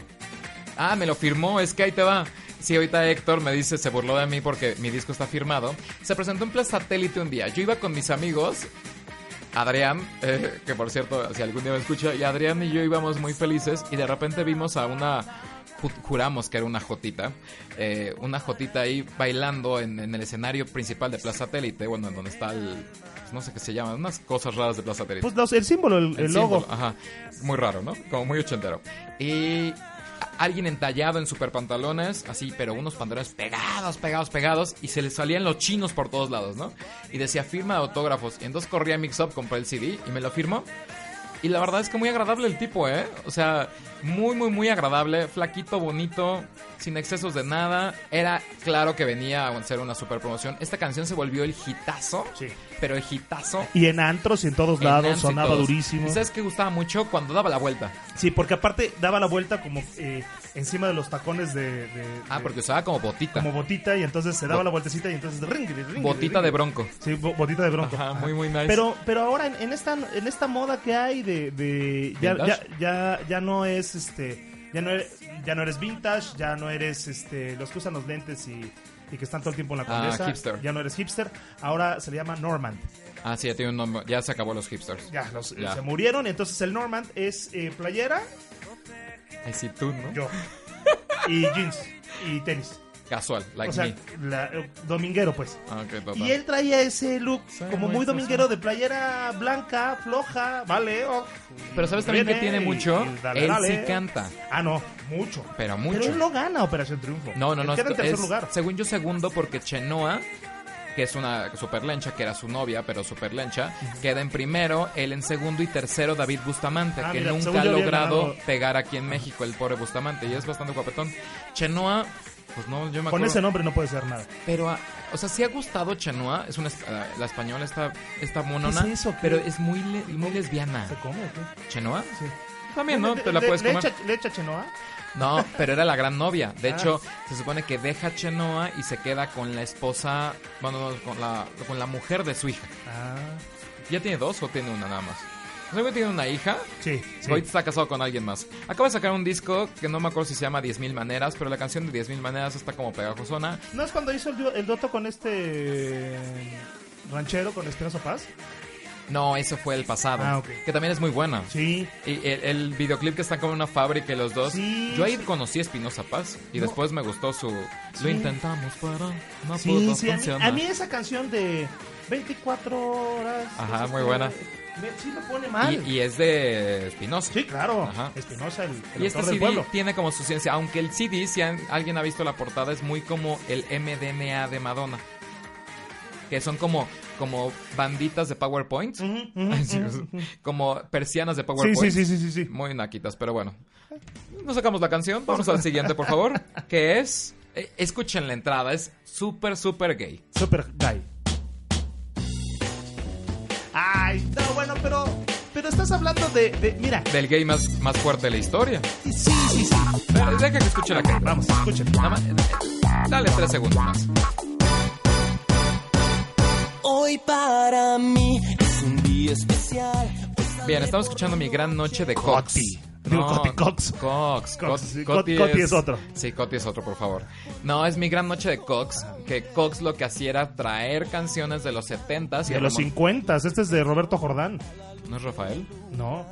Speaker 3: Ah, me lo firmó, es que ahí te va. Sí, ahorita Héctor me dice, se burló de mí porque mi disco está firmado. Se presentó en Plaza Satélite un día. Yo iba con mis amigos, Adrián, eh, que por cierto, si algún día me escucha, y Adrián y yo íbamos muy felices y de repente vimos a una. ju- Juramos que era una jotita, eh, una jotita ahí bailando en, en el escenario principal de Plaza Satélite, bueno, en donde está el. pues, No sé qué se llama, unas cosas raras de Plaza Satélite
Speaker 4: Pues los- el símbolo, el, el logo.
Speaker 3: símbolo, Ajá. Muy raro, ¿no? Como muy ochentero. Y a- alguien entallado en super pantalones, así, pero unos pantalones pegados, pegados, pegados, y se le salían los chinos por todos lados, ¿no? Y decía firma de autógrafos. Y entonces corrí a Mix Up, compré el CD y me lo firmó. Y la verdad es que muy agradable el tipo, ¿eh? O sea, muy, muy, muy agradable. Flaquito, bonito, sin excesos de nada. Era claro que venía a hacer una super promoción. Esta canción se volvió el hitazo.
Speaker 4: Sí.
Speaker 3: Pero el hitazo
Speaker 4: Y en antros y en todos lados,
Speaker 3: en Nancy y
Speaker 4: sonaba
Speaker 3: todos.
Speaker 4: durísimo.
Speaker 3: ¿Y sabes qué gustaba mucho? Cuando daba la vuelta.
Speaker 4: Sí, porque aparte daba la vuelta como eh, encima de los tacones de... de-
Speaker 3: Ah,
Speaker 4: de-
Speaker 3: porque usaba como botita.
Speaker 4: Como botita y entonces se daba
Speaker 3: Bo-
Speaker 4: la vueltecita y entonces... ring, ring, ring,
Speaker 3: botita
Speaker 4: ring.
Speaker 3: de bronco.
Speaker 4: Sí, bo- botita de bronco.
Speaker 3: Ajá, muy, muy nice.
Speaker 4: Pero, pero ahora en, en esta en esta moda que hay de, de- ya, ya,
Speaker 3: ¿Vintage?
Speaker 4: ya, ya no es este ya no eres, ya no eres vintage, ya no eres este los que usan los lentes y, y que están todo el tiempo en la
Speaker 3: Ah,
Speaker 4: condesa,
Speaker 3: hipster.
Speaker 4: ya no eres hipster, ahora se le llama Normand.
Speaker 3: Ah, sí, ya tiene un nombre. Ya se acabó los hipsters.
Speaker 4: Ya, los-
Speaker 3: Ya.
Speaker 4: se murieron, entonces el Normand es eh, playera,
Speaker 3: Ay, sí, tú, ¿no?
Speaker 4: yo y jeans y tenis.
Speaker 3: Casual, like
Speaker 4: o sea,
Speaker 3: me.
Speaker 4: la- eh, dominguero pues.
Speaker 3: Ah, ok, total.
Speaker 4: Y él traía ese look
Speaker 3: Sí,
Speaker 4: como
Speaker 3: muy
Speaker 4: muy
Speaker 3: casual.
Speaker 4: dominguero de playera blanca, floja, vale. ok.
Speaker 3: Pero ¿sabes también que
Speaker 4: Viene
Speaker 3: tiene
Speaker 4: y-
Speaker 3: mucho?
Speaker 4: y dale,
Speaker 3: él
Speaker 4: dale.
Speaker 3: sí canta.
Speaker 4: Ah, no, mucho.
Speaker 3: Pero mucho.
Speaker 4: Pero él no gana Operación Triunfo.
Speaker 3: No, no,
Speaker 4: Él
Speaker 3: no.
Speaker 4: Queda en
Speaker 3: esto
Speaker 4: tercer
Speaker 3: es,
Speaker 4: lugar.
Speaker 3: Según yo, segundo, porque Chenoa, que es una super lencha, que era su novia, pero super lencha, queda en primero, él en segundo y tercero David Bustamante,
Speaker 4: Ah,
Speaker 3: que
Speaker 4: mira,
Speaker 3: nunca
Speaker 4: según
Speaker 3: ha
Speaker 4: yo había
Speaker 3: logrado
Speaker 4: ganado.
Speaker 3: pegar aquí en México, el pobre Bustamante, y es bastante guapetón. Chenoa, pues no, yo me acuerdo.
Speaker 4: Con ese nombre no puede ser nada.
Speaker 3: Pero, ah, o sea, sí ha gustado Chenoa, es una, es- ah, la española, esta, esta monona,
Speaker 4: es eso? ¿Qué?
Speaker 3: pero es muy, le- muy lesbiana.
Speaker 4: ¿Se come o qué?
Speaker 3: ¿Chenoa?
Speaker 4: Sí.
Speaker 3: También, ¿no?
Speaker 4: Le-
Speaker 3: Te la
Speaker 4: le-
Speaker 3: puedes
Speaker 4: le
Speaker 3: comer.
Speaker 4: echa- ¿Le echa Chenoa?
Speaker 3: No, pero era la gran novia. De
Speaker 4: Ah.
Speaker 3: hecho, se supone que deja a Chenoa y se queda con la esposa, bueno, no, con la, con la mujer de su hija.
Speaker 4: Ah,
Speaker 3: ¿Ya tiene dos o tiene una nada más? ¿No sé que tiene una hija?
Speaker 4: sí. sí.
Speaker 3: Hoy está casado con alguien más. Acaba de sacar un disco que no me acuerdo si se llama 10.000 maneras, pero la canción de 10.000 maneras está como pegajosona.
Speaker 4: ¿No es cuando hizo el, du- el doto con este eh, ranchero, con Espinosa Paz?
Speaker 3: No, eso fue el pasado.
Speaker 4: Ah, ok.
Speaker 3: Que también es muy buena.
Speaker 4: Sí.
Speaker 3: Y el, el videoclip que está como en una fábrica y los dos.
Speaker 4: Sí,
Speaker 3: Yo ahí
Speaker 4: sí.
Speaker 3: conocí a Espinosa Paz y
Speaker 4: No.
Speaker 3: después me gustó su. Lo
Speaker 4: Sí.
Speaker 3: intentamos, pero no
Speaker 4: Sí,
Speaker 3: pudo
Speaker 4: sí, a mí,
Speaker 3: funcionar".
Speaker 4: a mí esa canción de 24 horas.
Speaker 3: Ajá,
Speaker 4: es
Speaker 3: muy
Speaker 4: este,
Speaker 3: buena.
Speaker 4: me- sí me pone mal.
Speaker 3: Y, y es de Espinosa.
Speaker 4: sí, claro.
Speaker 3: Ajá.
Speaker 4: Espinosa, el, el
Speaker 3: Y este
Speaker 4: autor del
Speaker 3: CD
Speaker 4: pueblo.
Speaker 3: tiene como su ciencia, aunque el CD, si han- alguien ha visto la portada, es muy como el MDMA de Madonna. Que son como, como banditas de PowerPoint.
Speaker 4: Ujú, ujú,
Speaker 3: Sí,
Speaker 4: ujú.
Speaker 3: como persianas de
Speaker 4: Sí,
Speaker 3: PowerPoint.
Speaker 4: sí, sí, sí, sí, sí.
Speaker 3: Muy naquitas, pero bueno. No sacamos la canción, vamos al siguiente, por favor. Que es. eh, Escuchen la entrada, es súper, súper gay.
Speaker 4: Super guy. Ay, no, bueno, pero. Pero estás hablando de. de- mira.
Speaker 3: Del gay más, más fuerte de la historia.
Speaker 4: Sí, sí, sí.
Speaker 3: Pero deja que escuche la canción.
Speaker 4: Vamos, escuchen.
Speaker 3: Nada más, eh, Dale tres segundos más.
Speaker 2: Hoy para mí es un día especial. pues
Speaker 3: Bien,
Speaker 2: sale
Speaker 3: estamos
Speaker 2: por
Speaker 3: escuchando
Speaker 2: la
Speaker 3: Mi Gran Noche de Cox.
Speaker 4: Coti. Digo, Coti, Cox.
Speaker 3: Cox.
Speaker 4: Cox,
Speaker 3: Cot-
Speaker 4: sí, Cot- Coti es otro.
Speaker 3: Sí, Coti es otro, por favor. No, es Mi Gran Noche de Cox. Que Cox lo que hacía era traer canciones de los 70s. y
Speaker 4: De los
Speaker 3: remon-
Speaker 4: 50, este es de Roberto Jordán.
Speaker 3: ¿No es Rafael?
Speaker 4: No.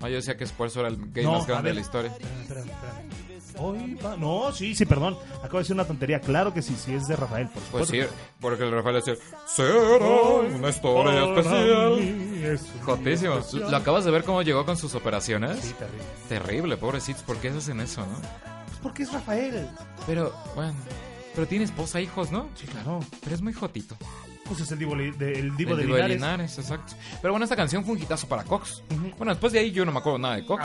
Speaker 3: No, yo decía que Spursor era el gay
Speaker 4: No,
Speaker 3: más
Speaker 4: a
Speaker 3: grande de
Speaker 4: ver.
Speaker 3: la historia.
Speaker 4: Espérame, espérame. Hoy va- No, sí, sí, perdón. Acabo de decir una tontería. Claro que sí, sí es de Rafael, por
Speaker 3: Pues
Speaker 4: supuesto.
Speaker 3: sí, porque el Rafael decía, será una historia especial. Jotísimo. ¿Lo acabas de ver cómo llegó con sus operaciones?
Speaker 4: Sí, terrible.
Speaker 3: Terrible, pobrecitos, ¿por qué hacen eso, no?
Speaker 4: Pues porque es Rafael.
Speaker 3: Pero, bueno, pero tiene esposa, e hijos, ¿no?
Speaker 4: Sí, claro.
Speaker 3: Pero es muy jotito.
Speaker 4: Pues es el divo, li- de- el divo
Speaker 3: El
Speaker 4: de,
Speaker 3: Divo
Speaker 4: Linares.
Speaker 3: exacto. Pero bueno, esta canción fue un hitazo para Cox. Bueno, después de ahí yo no me acuerdo nada de
Speaker 4: Ah,
Speaker 3: Cox.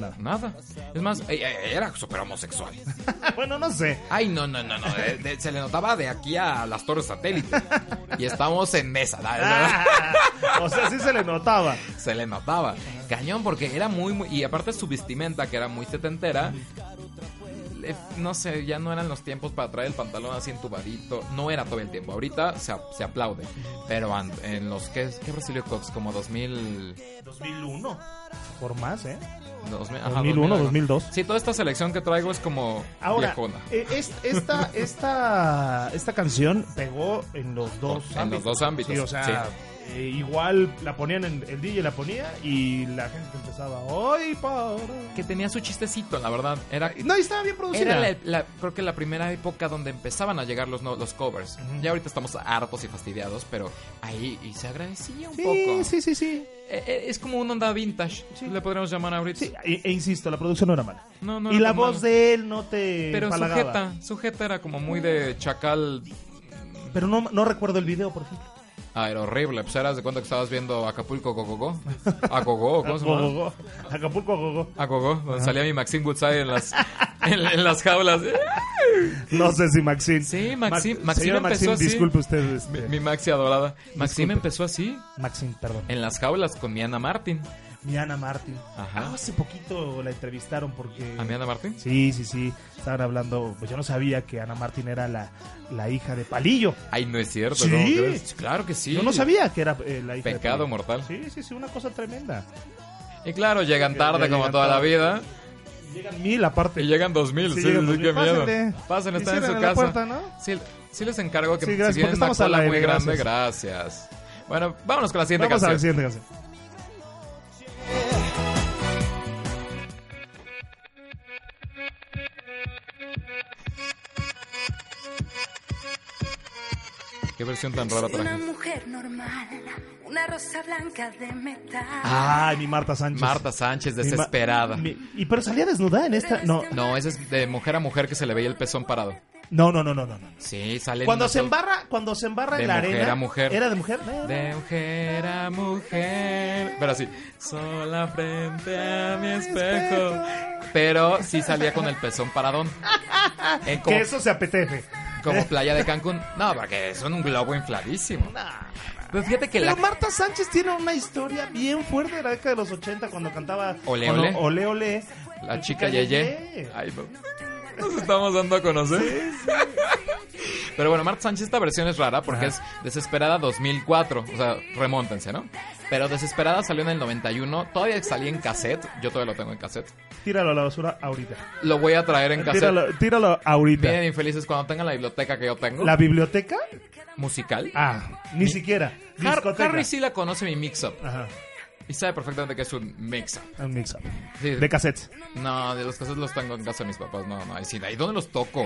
Speaker 4: nada.
Speaker 3: Nada. Es más, eh, eh, era súper homosexual.
Speaker 4: bueno, no sé.
Speaker 3: Ay, no, no, no, no. de- de- se le notaba de aquí a las torres satélite. Y estamos en esa. la- la-
Speaker 4: Ah. o sea, sí se le notaba.
Speaker 3: se le notaba. Cañón, porque era muy, muy. Y aparte su vestimenta, que era muy setentera. le- No sé, ya no eran los tiempos para traer el pantalón así entubadito. No era todo el tiempo. Ahorita se, a- se aplaude. Pero an- en los que. ¿Qué habrá salido Cox? Como 2000.
Speaker 4: 2001. Por más, ¿eh?
Speaker 3: 2000, ajá,
Speaker 4: 2001,
Speaker 3: 2000.
Speaker 4: 2002.
Speaker 3: Sí, toda esta selección que traigo es como
Speaker 4: Ahora,
Speaker 3: viejona.
Speaker 4: eh, es- esta, esta, esta canción pegó en los dos
Speaker 3: En los dos ámbitos,
Speaker 4: Sí, o sea,
Speaker 3: sí.
Speaker 4: eh, igual la ponían en el DJ, la ponía y la gente empezaba, ¡ay, para!
Speaker 3: Que tenía su chistecito, la verdad. Era,
Speaker 4: No, y estaba bien producida.
Speaker 3: era la, la- creo que la primera época donde empezaban a llegar los, no- los covers. Ya ahorita estamos hartos y fastidiados, pero ahí y se agradecía un
Speaker 4: Sí,
Speaker 3: poco.
Speaker 4: sí, sí, sí.
Speaker 3: Eh, eh, es como una onda vintage, le podríamos llamar ahorita.
Speaker 4: Sí, e, e insisto, la producción no era mala.
Speaker 3: No, no
Speaker 4: y
Speaker 3: era
Speaker 4: la
Speaker 3: tan
Speaker 4: voz
Speaker 3: mala.
Speaker 4: de él no te
Speaker 3: Pero
Speaker 4: empalagaba.
Speaker 3: sujeta, sujeta era como muy de chacal.
Speaker 4: Pero no, no recuerdo el video, por ejemplo.
Speaker 3: Ah, era horrible. Pues eras de cuenta que estabas viendo Acapulco Cococo. Acogó, ¿cómo se llama?
Speaker 4: Agogó. Acapulco Agogó.
Speaker 3: A gogo, donde salía mi Maxine Woodside en las, en, en las jaulas.
Speaker 4: No sé si Maxine.
Speaker 3: Sí, Maxine-
Speaker 4: Max-
Speaker 3: Maxine
Speaker 4: señora
Speaker 3: empezó
Speaker 4: Maxine,
Speaker 3: así.
Speaker 4: disculpe usted. este,
Speaker 3: Mi, mi Maxi adorada. Maxime
Speaker 4: Disculpe.
Speaker 3: empezó así,
Speaker 4: Maxine, perdón.
Speaker 3: en las jaulas con Miana Martin.
Speaker 4: Miana Martin.
Speaker 3: Ajá.
Speaker 4: Ah, hace poquito la entrevistaron porque...
Speaker 3: ¿A Miana Martin?
Speaker 4: Sí, sí, sí. Estaban hablando... Pues yo no sabía que Ana Martín era la, la hija de Palillo.
Speaker 3: Ay, no es cierto.
Speaker 4: Sí.
Speaker 3: ¿cómo crees? Claro que sí.
Speaker 4: Yo no sabía que era eh, la hija de
Speaker 3: Pecado
Speaker 4: Palillo.
Speaker 3: mortal.
Speaker 4: Sí, sí, sí. Una cosa tremenda.
Speaker 3: Y claro, llegan tarde
Speaker 4: Ya
Speaker 3: como
Speaker 4: llegan
Speaker 3: toda la
Speaker 4: tarde.
Speaker 3: vida.
Speaker 4: Llegan mil aparte.
Speaker 3: Y llegan 2000. Sí, sí, qué miedo.
Speaker 4: eh.
Speaker 3: Pasen, están en su casa.
Speaker 4: ¿no?
Speaker 3: Sí, sí les encargo que
Speaker 4: Sí,
Speaker 3: si
Speaker 4: gracias,
Speaker 3: tienen
Speaker 4: porque
Speaker 3: una
Speaker 4: estamos al
Speaker 3: cola
Speaker 4: aire,
Speaker 3: muy grande, gracias. Bueno, vámonos con la siguiente
Speaker 4: Vamos a la
Speaker 3: canción.
Speaker 4: siguiente canción.
Speaker 3: Qué versión tan rara
Speaker 5: Una
Speaker 3: traje.
Speaker 5: mujer normal, una rosa blanca de metal.
Speaker 3: Ah.
Speaker 4: Ay, mi Marta Sánchez.
Speaker 3: Marta Sánchez,
Speaker 4: Mi Ma-
Speaker 3: desesperada.
Speaker 4: mi- y pero salía desnuda en esta. No,
Speaker 3: No, esa es de mujer a mujer que se le veía el pezón parado.
Speaker 4: no, no, no, no, no. no.
Speaker 3: Sí, sale.
Speaker 4: Cuando
Speaker 3: en
Speaker 4: se
Speaker 3: una sol-
Speaker 4: embarra, cuando se embarra
Speaker 3: De
Speaker 4: en la
Speaker 3: mujer
Speaker 4: arena.
Speaker 3: a mujer.
Speaker 4: ¿Era de mujer? No,
Speaker 3: De mujer a mujer. Pero así. Sola frente a mi espejo. Pero sí salía con el pezón paradón. En
Speaker 4: Que
Speaker 3: como,
Speaker 4: eso se apetece.
Speaker 3: como playa de Cancún. No, porque son un globo infladísimo. Pero fíjate que la.
Speaker 4: Pero Marta Sánchez tiene una historia bien fuerte de la década de los 80 cuando cantaba
Speaker 3: Ole,
Speaker 4: cuando-
Speaker 3: ole.
Speaker 4: ole, ole.
Speaker 3: La chica Yeye. Ay, no. Nos estamos dando a conocer. Pero bueno, Marta Sánchez, esta versión es rara porque es Desesperada 2004. O sea, remóntense, ¿no? Pero Desesperada salió en el 91. Todavía salía en cassette. Yo todavía lo tengo en cassette.
Speaker 4: Tíralo a la basura ahorita.
Speaker 3: Lo voy a traer en cassette.
Speaker 4: Tíralo, tíralo ahorita.
Speaker 3: Vienen infelices cuando tengan la biblioteca que yo tengo.
Speaker 4: ¿La biblioteca?
Speaker 3: musical.
Speaker 4: Ah, ni siquiera.
Speaker 3: Har-
Speaker 4: Discoteca.
Speaker 3: Harry sí la conoce mi mix-up.
Speaker 4: Ajá,
Speaker 3: Y sabe perfectamente que es un mix-up.
Speaker 4: un mix-up.
Speaker 3: Sí.
Speaker 4: De cassettes.
Speaker 3: No, de los cassettes los tengo en casa de mis papás. No, no. Ahí sí, ahí dónde los toco.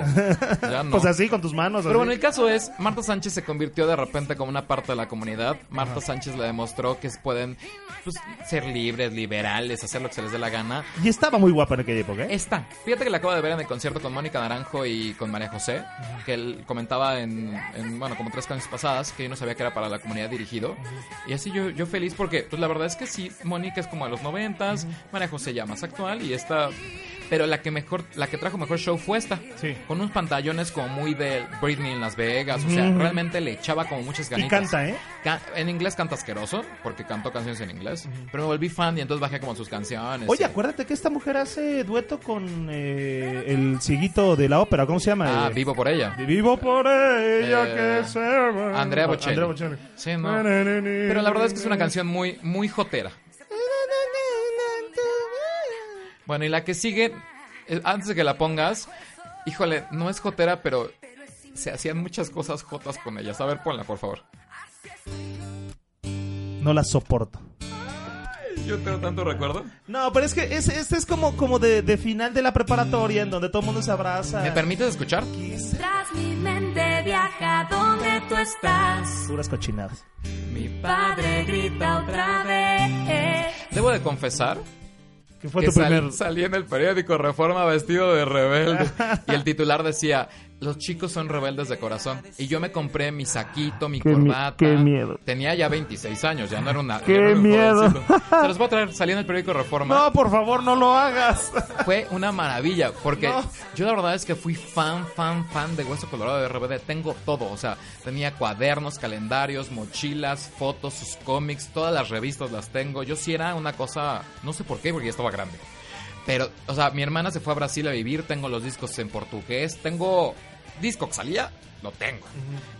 Speaker 3: Ya no.
Speaker 4: Pues así, con tus manos.
Speaker 3: Pero
Speaker 4: así.
Speaker 3: bueno, el caso es, Marta Sánchez se convirtió de repente como una parte de la comunidad. Marta Sánchez le demostró que pueden pues, ser libres, liberales, hacer lo que se les dé la gana.
Speaker 4: Y estaba muy guapa en aquella época, ¿eh?
Speaker 3: Esta, fíjate que la acabo de ver en el concierto con Mónica Naranjo y con María José, que él comentaba en, en, bueno, como tres canciones pasadas, que yo no sabía que era para la comunidad dirigido. Y así yo, yo feliz porque, pues la verdad es que sí, Mónica es como de los noventas, María José ya más actual y esta... Pero la que mejor, la que trajo mejor show fue esta.
Speaker 4: Sí.
Speaker 3: Con unos pantallones como muy de Britney en Las Vegas. O sea,
Speaker 4: Ujú.
Speaker 3: realmente le echaba como muchas
Speaker 4: Y
Speaker 3: ganitas.
Speaker 4: canta, ¿eh?
Speaker 3: Ca- en inglés canta asqueroso, porque cantó canciones en inglés. Pero me volví fan y entonces bajé como sus canciones.
Speaker 4: Oye,
Speaker 3: y-
Speaker 4: acuérdate que esta mujer hace dueto con eh, el cieguito de la ópera, ¿cómo se llama?
Speaker 3: Ah,
Speaker 4: Eh,
Speaker 3: vivo por ella.
Speaker 4: Vivo por ella
Speaker 3: Eh,
Speaker 4: que se va.
Speaker 3: Andrea
Speaker 4: Ah,
Speaker 3: Bocelli.
Speaker 4: Andrea Bocelli.
Speaker 3: Sí, no. Pero la verdad es que es una canción muy, muy jotera. Bueno, y la que sigue, eh, antes de que la pongas, híjole, no es jotera, pero se hacían muchas cosas jotas con ellas. A ver, ponla, por favor.
Speaker 4: No la soporto.
Speaker 3: Yo tengo tanto recuerdo.
Speaker 4: No, pero es que es- este es como, como de, de final de la preparatoria en donde todo el mundo se abraza.
Speaker 3: ¿Me permites escuchar?
Speaker 6: Tras mi mente viaja donde tú estás.
Speaker 4: Puras cochinadas.
Speaker 3: Mi
Speaker 6: Padre grita otra vez.
Speaker 3: Debo de confesar
Speaker 4: ¿Qué fue
Speaker 3: que
Speaker 4: tu
Speaker 3: sal-
Speaker 4: primer...?
Speaker 3: salí en el periódico Reforma vestido de rebelde y el titular decía, los chicos son rebeldes de corazón. Y yo me compré mi saquito, mi
Speaker 4: Qué mi-
Speaker 3: corbata.
Speaker 4: qué miedo.
Speaker 3: Tenía ya 26 años, ya no era una... ya
Speaker 4: Qué
Speaker 3: no era un
Speaker 4: miedo.
Speaker 3: jovencito. Se los voy a traer, salí en el periódico Reforma.
Speaker 4: No, por favor, no lo hagas.
Speaker 3: Fue una maravilla, porque
Speaker 4: No.
Speaker 3: yo la verdad es que fui fan, fan, fan de Hueso Colorado de RBD. Tengo todo, o sea, tenía cuadernos, calendarios, mochilas, fotos, sus cómics, todas las revistas las tengo. Yo sí era una cosa, no sé por qué, porque ya estaba grande. Pero, o sea, mi hermana se fue a Brasil a vivir, tengo los discos en portugués, tengo disco que salía, lo tengo.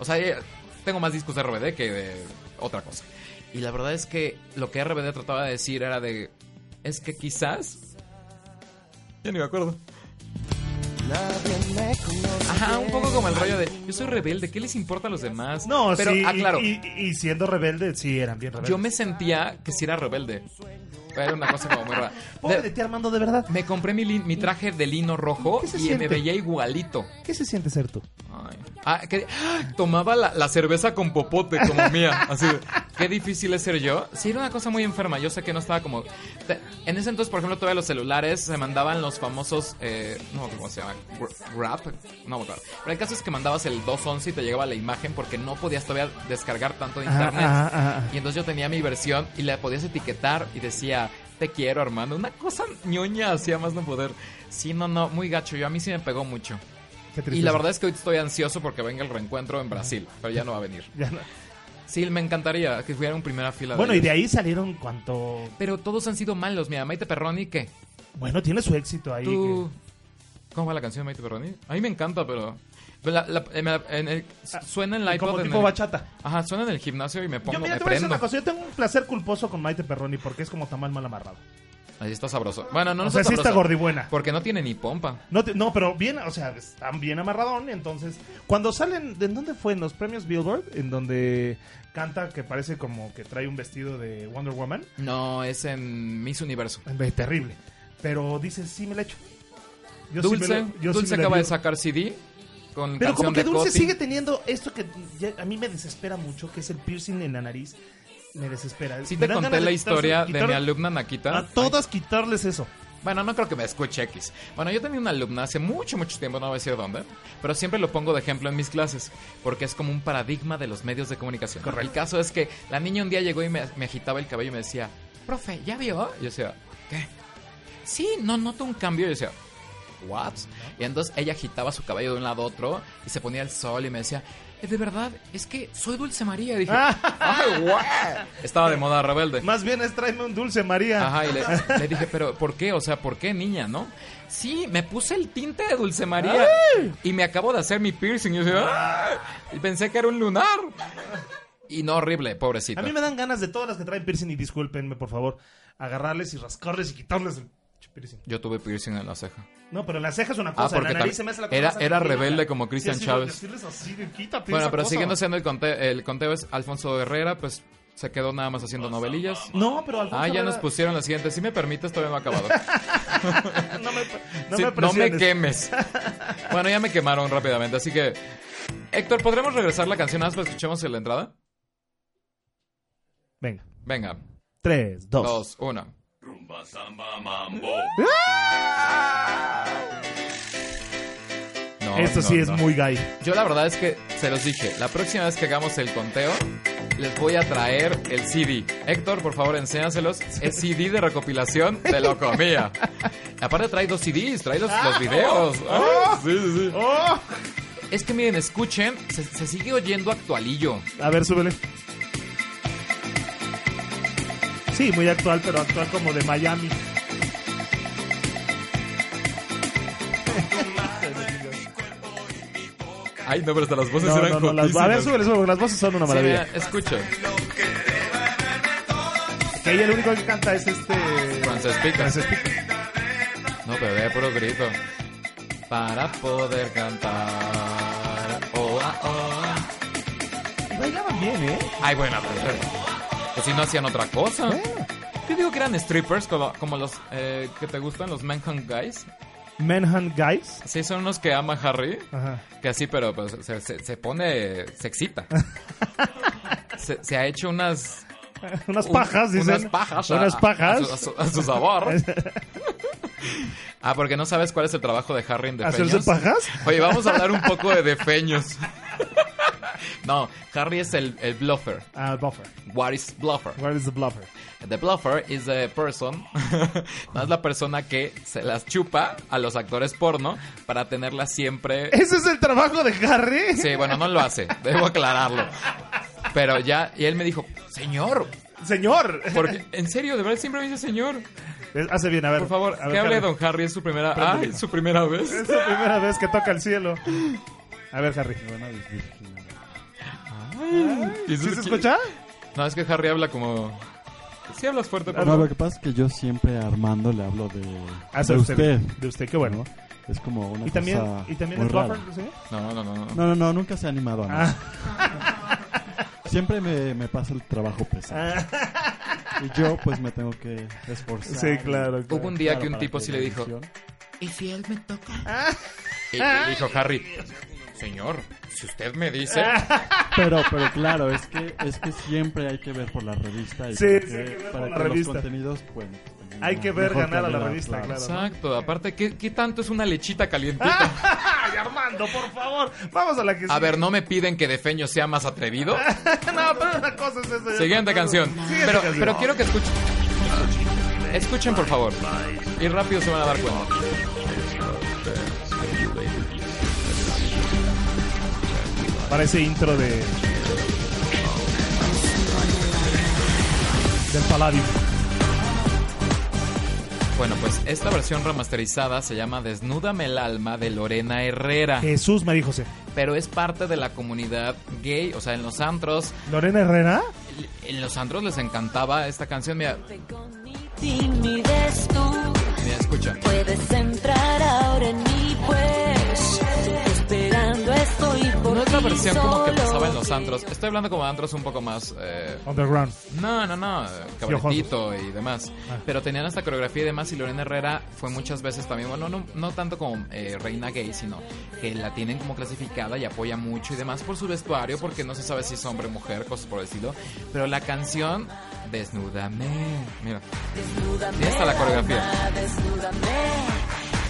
Speaker 3: O sea, eh, tengo más discos de RBD que de otra cosa. Y la verdad es que lo que RBD trataba de decir era de, es que quizás... Ya ni me acuerdo. Ajá, un poco como el rollo de, yo soy rebelde, ¿qué les importa a los demás?
Speaker 4: No,
Speaker 3: pero
Speaker 4: sí, y-
Speaker 3: aclaro,
Speaker 4: y, y siendo rebelde, sí, eran bien rebeldes.
Speaker 3: yo me sentía que si era rebelde. Era una cosa como muy rara.
Speaker 4: Pobre
Speaker 3: De-
Speaker 4: de ti, Armando, de verdad.
Speaker 3: me compré mi, lin- mi traje de lino rojo
Speaker 4: ¿Qué se
Speaker 3: y me
Speaker 4: siente?
Speaker 3: veía igualito.
Speaker 4: ¿Qué se siente ser tú?
Speaker 3: Ay. Ah, que- ¡Ah! tomaba la, la cerveza con popote como mía. Así de, qué difícil es ser yo. Sí, era una cosa muy enferma. Yo sé que no estaba como. te- en ese entonces, por ejemplo, todavía los celulares se mandaban los famosos. eh, no, me acuerdo ¿cómo se llama? Gr- Grab. No, me acuerdo. Pero el caso es que mandabas el 211 y te llegaba la imagen porque no podías todavía descargar tanto de internet.
Speaker 4: ajá, ajá, ajá.
Speaker 3: Y entonces yo tenía mi versión y la podías etiquetar y decía, te quiero, Armando. Una cosa ñoña hacía más no poder. Sí, no, no, muy gacho. Yo a mí sí me pegó mucho.
Speaker 4: Qué
Speaker 3: ah. Y
Speaker 4: tristeza.
Speaker 3: la verdad es que hoy estoy ansioso porque venga el reencuentro en Brasil, pero ya no va a venir.
Speaker 4: Ya no.
Speaker 3: Sí, me encantaría que fuera en primera fila.
Speaker 4: Bueno, y de
Speaker 3: ellos.
Speaker 4: ahí salieron cuanto...
Speaker 3: Pero todos han sido malos. Mira, Maite Perroni, ¿qué?
Speaker 4: Bueno, tiene su éxito ahí.
Speaker 3: Tú... ¿Cómo va la canción de Maite Perroni? A mí me encanta, pero... pero la- la- en la- en el- suena en la
Speaker 4: que-
Speaker 3: iPod.
Speaker 4: Ah, Como
Speaker 3: en
Speaker 4: tipo
Speaker 3: el-
Speaker 4: bachata.
Speaker 3: Ajá, suena en el gimnasio y me pongo,
Speaker 4: Yo, mira,
Speaker 3: me
Speaker 4: te voy a decir
Speaker 3: prendo.
Speaker 4: una cosa. Yo tengo un placer culposo con Maite Perroni porque es como tamal mal amarrado.
Speaker 3: Ahí está sabroso. Bueno, no, no
Speaker 4: o sea, sí está
Speaker 3: sabroso,
Speaker 4: gordibuena.
Speaker 3: Porque no tiene ni pompa.
Speaker 4: No, te- no, pero bien, o sea, están bien amarradón. Entonces, cuando salen, ¿en dónde fue? En los premios Billboard, en donde canta que parece como que trae un vestido de Wonder Woman.
Speaker 3: No, es en Miss Universo.
Speaker 4: Eh, Terrible. Pero dices, sí me la echo. Yo sí
Speaker 3: Dulce,
Speaker 4: me la- yo sí
Speaker 3: Dulce
Speaker 4: me la
Speaker 3: acaba de
Speaker 4: vivo.
Speaker 3: sacar CD con
Speaker 4: Pero
Speaker 3: canción
Speaker 4: como que
Speaker 3: de
Speaker 4: Dulce
Speaker 3: Coti.
Speaker 4: sigue teniendo esto que ya- a mí me desespera mucho, que es el piercing en la nariz. Me desespera.
Speaker 3: Sí
Speaker 4: Me
Speaker 3: te
Speaker 4: dan
Speaker 3: conté
Speaker 4: ganas
Speaker 3: la
Speaker 4: de quitarse-
Speaker 3: historia de
Speaker 4: quitar-
Speaker 3: mi alumna Nakita.
Speaker 4: A todas quitarles eso.
Speaker 3: Bueno, no creo que me escuche X. Bueno, yo tenía una alumna hace mucho, mucho tiempo, no voy a decir dónde, pero siempre lo pongo de ejemplo en mis clases, porque es como un paradigma de los medios de comunicación. El caso es que la niña un día llegó y me, me agitaba el cabello y me decía, profe, ¿ya vio? Y yo decía, ¿qué? Sí, no noto un cambio. Y yo decía, ¿what? Y entonces ella agitaba su cabello de un lado a otro y se ponía el sol y me decía, "Eh, de verdad, es que soy Dulce María. Y dije, ¡ay, guau! Estaba de moda rebelde.
Speaker 4: Más bien es tráeme un dulce, María.
Speaker 3: Ajá, y le, le dije, pero ¿por qué? O sea, ¿por qué, niña, no? Sí, me puse el tinte de Dulce María y me acabo de hacer mi piercing. Y yo decía, "Ay", y pensé que era un lunar. Y no, horrible, pobrecito.
Speaker 4: A mí me dan ganas de todas las que traen piercing y discúlpenme, por favor, agarrarles y rascarles y quitarles el piercing.
Speaker 3: Yo tuve piercing en la ceja.
Speaker 4: No, pero las cejas es una
Speaker 3: Ah,
Speaker 4: cosa,
Speaker 3: porque
Speaker 4: la nariz
Speaker 3: tam-
Speaker 4: se me hace la
Speaker 3: era-
Speaker 4: cosa más
Speaker 3: era
Speaker 4: antigua.
Speaker 3: rebelde como Cristian
Speaker 4: Sí, así, güey,
Speaker 3: Chávez.
Speaker 4: decirles así, de, quítate
Speaker 3: Bueno,
Speaker 4: esa
Speaker 3: pero
Speaker 4: cosa.
Speaker 3: siguiendo haciendo el conteo, el conteo es Alfonso Herrera, pues se quedó nada más haciendo novelillas.
Speaker 4: No, pero Alfonso
Speaker 3: Ah, ya
Speaker 4: Herrera-
Speaker 3: nos pusieron la siguiente. Si me permites, todavía no ha acabado.
Speaker 4: No me, no
Speaker 3: Sí,
Speaker 4: me
Speaker 3: no me
Speaker 4: presiones.
Speaker 3: quemes. Bueno, ya me quemaron rápidamente, así que... Héctor, ¿podremos regresar la canción antes para que escuchemos en la entrada?
Speaker 4: Venga,
Speaker 3: Venga,
Speaker 4: tres, dos.
Speaker 3: dos, uno. No,
Speaker 4: Esto
Speaker 3: no,
Speaker 4: sí es
Speaker 3: no.
Speaker 4: muy gay.
Speaker 3: Yo la verdad es que se los dije, la próxima vez que hagamos el conteo, les voy a traer el CD. Héctor, por favor, enséñaselos. Es CD de recopilación de lo comía. Aparte trae dos CDs, trae los, los videos. Ah, sí, sí, sí.
Speaker 4: ¡Oh!
Speaker 3: Es que miren, escuchen, se, se sigue oyendo actualillo.
Speaker 4: A ver, súbele. Sí, muy actual, pero actual como de Miami.
Speaker 3: Ay, no, pero hasta las voces
Speaker 4: No,
Speaker 3: Pues eran
Speaker 4: no, no, las- a ver, súbele, súbele, porque las voces son una maravilla.
Speaker 3: escuchen.
Speaker 4: que ahí el único que canta es este...
Speaker 3: Frances Pica.
Speaker 4: Frances Pica.
Speaker 3: No, pero de puro grito. Para poder cantar. Oh, ah, oh. ah.
Speaker 4: Y bailaban bien, ¿eh?
Speaker 3: Pues Ay, bueno, pero- pero si no hacían otra cosa. Yo digo que eran strippers como, como los eh, que te gustan, los Manhunt Guys.
Speaker 4: Manhunt Guys.
Speaker 3: Sí, son los que ama Harry.
Speaker 4: Ajá.
Speaker 3: Que así, pero pues, se, se- se pone. Se excita. se, se ha hecho unas.
Speaker 4: Unas
Speaker 3: un-
Speaker 4: pajas, dicen.
Speaker 3: Unas pajas. ah. a-
Speaker 4: Unas pajas.
Speaker 3: A, a su, a su sabor. ah, porque no sabes cuál es el trabajo de Harry en The
Speaker 4: ¿Hacerse
Speaker 3: Feños.
Speaker 4: pajas?
Speaker 3: Oye, vamos a hablar un poco de defeños. no, Harry es el, el bluffer.
Speaker 4: Ah, buffer.
Speaker 3: What is bluffer?
Speaker 4: Where is the bluffer?
Speaker 3: The bluffer is the person, no es la persona que se las chupa a los actores porno para tenerlas siempre.
Speaker 4: ¿Ese es el trabajo de Harry?
Speaker 3: Sí, bueno, no lo hace, debo aclararlo. Pero ya, y él me dijo, señor,
Speaker 4: Señor.
Speaker 3: porque en serio, de verdad siempre me dice señor.
Speaker 4: Es- Hace bien, a ver.
Speaker 3: Por favor,
Speaker 4: a ver,
Speaker 3: que hable
Speaker 4: Harry.
Speaker 3: Don Harry, es su primera, ay, su primera vez.
Speaker 4: Es la primera vez que toca el cielo. A ver, Harry.
Speaker 3: ¿Y eso
Speaker 4: ¿Sí
Speaker 3: es
Speaker 4: se
Speaker 3: que-
Speaker 4: escucha?
Speaker 3: No, es que Harry habla como, sí hablas fuerte, por
Speaker 10: No,
Speaker 3: favor.
Speaker 10: lo que pasa es que yo siempre a Armando le hablo de,
Speaker 4: Hace
Speaker 10: de usted.
Speaker 4: De usted, qué bueno.
Speaker 10: Es como una
Speaker 4: ¿Y también,
Speaker 10: cosa
Speaker 4: ¿y también
Speaker 10: muy
Speaker 4: es
Speaker 10: rara.
Speaker 4: buffer? ¿sí?
Speaker 3: No, no, no, no.
Speaker 10: No, no, no, nunca se ha animado a nada.
Speaker 4: Ah,
Speaker 10: Siempre me, me pasa el trabajo pesado.
Speaker 4: ah,
Speaker 10: Y yo pues me tengo que esforzar.
Speaker 4: sí, claro. claro.
Speaker 3: Hubo un día
Speaker 10: Claro,
Speaker 3: que un
Speaker 10: para
Speaker 3: tipo sí le
Speaker 10: la
Speaker 3: dijo,
Speaker 10: edición-
Speaker 3: ¿Y si él me toca?
Speaker 4: Ah.
Speaker 3: Y le dijo Harry, señor, si usted me dice...
Speaker 4: Ah.
Speaker 10: Pero, pero claro, es que, es que siempre hay que ver por la revista. Y
Speaker 4: Sí,
Speaker 10: para
Speaker 4: sí,
Speaker 10: que-
Speaker 4: hay que ver
Speaker 10: para
Speaker 4: por la
Speaker 10: que
Speaker 4: revista.
Speaker 10: los contenidos, bueno, pues, tengan
Speaker 4: Hay
Speaker 10: una
Speaker 4: que ver
Speaker 10: mejor
Speaker 4: ganar a la
Speaker 10: calidad,
Speaker 4: revista, claro. Ah.
Speaker 3: Exacto, aparte, ¿qué, qué tanto es una lechita calientita?
Speaker 4: Ay, Armando, por favor. Vamos a la que
Speaker 3: A ver, ¿no me piden que Defeño sea más atrevido?
Speaker 4: sigue. No, pero una cosa es eso.
Speaker 3: Siguiente canción.
Speaker 4: Ah. Siguiente
Speaker 3: Pero,
Speaker 4: canción.
Speaker 3: pero quiero que escuchen. Escuchen, por favor. Y rápido se van a dar cuenta.
Speaker 4: Parece intro de. Del Palladium.
Speaker 3: Bueno, pues esta versión remasterizada se llama Desnúdame el alma de Lorena Herrera.
Speaker 4: Jesús María José.
Speaker 3: Pero es parte de la comunidad gay, o sea, en los antros.
Speaker 4: ¿Lorena Herrera?
Speaker 3: En los antros les encantaba esta canción. Mira,
Speaker 6: Con mi timidez tú
Speaker 3: mira, escucha.
Speaker 6: puedes entrar ahora en mi pues. Esperando estoy por
Speaker 3: No es la
Speaker 6: ti,
Speaker 3: versión como que
Speaker 6: solo
Speaker 3: pasaba en los antros.
Speaker 6: quiero-
Speaker 3: Estoy hablando como de antros un poco más. eh,
Speaker 4: Underground.
Speaker 3: No, no, no, cabaretito y demás.
Speaker 4: Ah.
Speaker 3: Pero tenían esta coreografía y demás y Lorena Herrera fue muchas veces también, bueno, no, no tanto como eh, reina gay, sino que la tienen como clasificada y apoya mucho y demás por su vestuario, porque no se sabe si es hombre o mujer, cosas por el estilo. Pero la canción, Desnúdame, mira,
Speaker 6: Desnúdame
Speaker 3: sí, está la coreografía.
Speaker 6: alma, Desnúdame,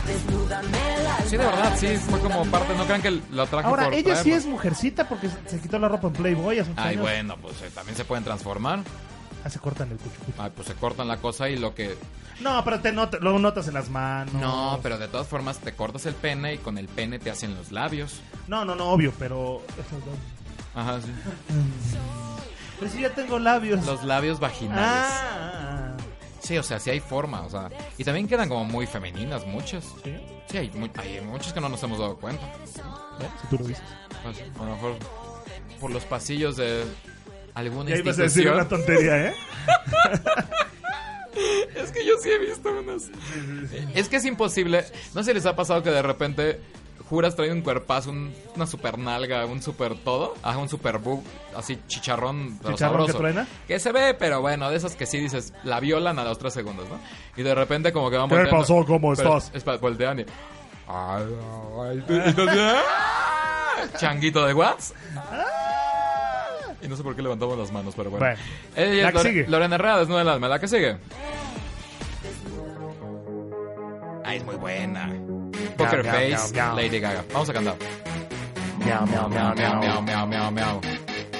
Speaker 6: desnúdame el alma.
Speaker 3: Sí, de verdad, sí, fue como parte, no crean que lo traje
Speaker 4: Ahora,
Speaker 3: por
Speaker 4: ella sí
Speaker 3: traerlo.
Speaker 4: es mujercita porque se se quitó la ropa en Playboy hace un
Speaker 3: Ay,
Speaker 4: años.
Speaker 3: bueno, pues eh, también se pueden transformar.
Speaker 4: Ah, se cortan el cucho.
Speaker 3: Ay, pues se cortan la cosa y lo que
Speaker 4: No, pero te not- lo notas en las manos.
Speaker 3: No, pero de todas formas te cortas el pene y con el pene te hacen los labios.
Speaker 4: No, no, no, obvio, pero.
Speaker 3: Ajá, sí.
Speaker 4: Pero si ya tengo labios.
Speaker 3: Los labios vaginales.
Speaker 4: Ah, ah,
Speaker 3: Sí, o sea, sí hay forma, o sea. Y también quedan como muy femeninas, muchas.
Speaker 4: ah. ¿Sí?
Speaker 3: Sí, hay, mu- hay muchas que no nos hemos dado cuenta.
Speaker 4: ¿Eh? Si tú lo dices.
Speaker 3: Pues, a lo mejor por los pasillos de alguna
Speaker 4: Ya ibas a decir una
Speaker 3: institución.
Speaker 4: tontería, ¿eh?
Speaker 3: Es que yo sí he visto unas. Es que es imposible. No sé si les ha pasado que de repente juras traer un cuerpazo, un- una super nalga, un super todo, ajá, un super boob, así chicharrón, pero
Speaker 4: ¿Chicharrón que
Speaker 3: sabroso.
Speaker 4: truena?
Speaker 3: Que se ve, pero bueno, de esas que sí dices, la violan a los tres segundos, ¿no? Y de repente como que van
Speaker 4: ¿Qué
Speaker 3: volteando.
Speaker 4: pasó? ¿Cómo
Speaker 3: Pero,
Speaker 4: estás?
Speaker 3: Es pa- voltean y... Ay, ay, tú- y tú así, ¡ah! Changuito de Watts. Y no sé por qué levantamos las manos, pero bueno.
Speaker 4: Bueno,
Speaker 3: Ella
Speaker 4: la
Speaker 3: es
Speaker 4: que
Speaker 3: Lore-
Speaker 4: sigue.
Speaker 3: Lorena Herrera, desnuda el alma. La que sigue. Ay, es muy buena. Poker
Speaker 7: miau,
Speaker 3: Face,
Speaker 7: miau, miau.
Speaker 3: Lady Gaga. Vamos a cantar.
Speaker 7: Miau, miau, miau,
Speaker 3: Miau,
Speaker 7: miau.
Speaker 3: miau, miau, miau, miau.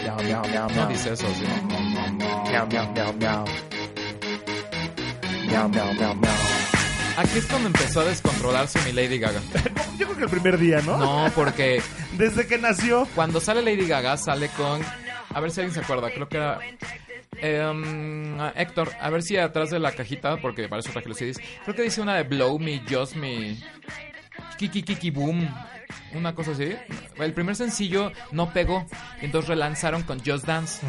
Speaker 7: Miau, miau, miau,
Speaker 3: No
Speaker 7: miau.
Speaker 3: dice eso, sí.
Speaker 7: Miau, miau, miau, miau. Miau, miau, miau, miau.
Speaker 3: Aquí es cuando empezó a descontrolarse mi Lady Gaga.
Speaker 4: yo creo que el primer día, ¿no?
Speaker 3: No, porque
Speaker 4: Desde que nació.
Speaker 3: cuando sale Lady Gaga, sale con. A ver si alguien se acuerda, creo que era. em, ah, Héctor, a ver si atrás de la cajita, porque para eso traje los CDs, creo que dice una de Blow Me, Just Me, Kiki Kiki Boom, una cosa así. el primer sencillo no pegó, y entonces relanzaron con Just Dance,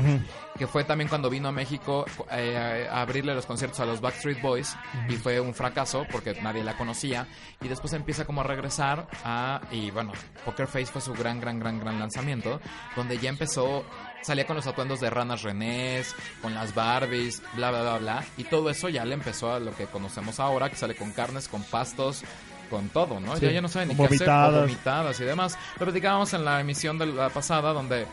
Speaker 3: que fue también cuando vino a México eh, a abrirle los conciertos a los Backstreet Boys y fue un fracaso porque nadie la conocía y después empieza como a regresar a y bueno, Poker Face fue su gran gran gran gran lanzamiento donde ya empezó salía con los atuendos de ranas Renés, con las Barbies, bla bla bla bla y todo eso ya le empezó a lo que conocemos ahora que sale con carnes, con pastos con todo, ¿no?
Speaker 4: Sí,
Speaker 3: Ya, ya no saben ni
Speaker 4: con
Speaker 3: qué hacer, con
Speaker 4: vomitadas.
Speaker 3: vomitadas y demás. Lo platicábamos en la emisión de la pasada donde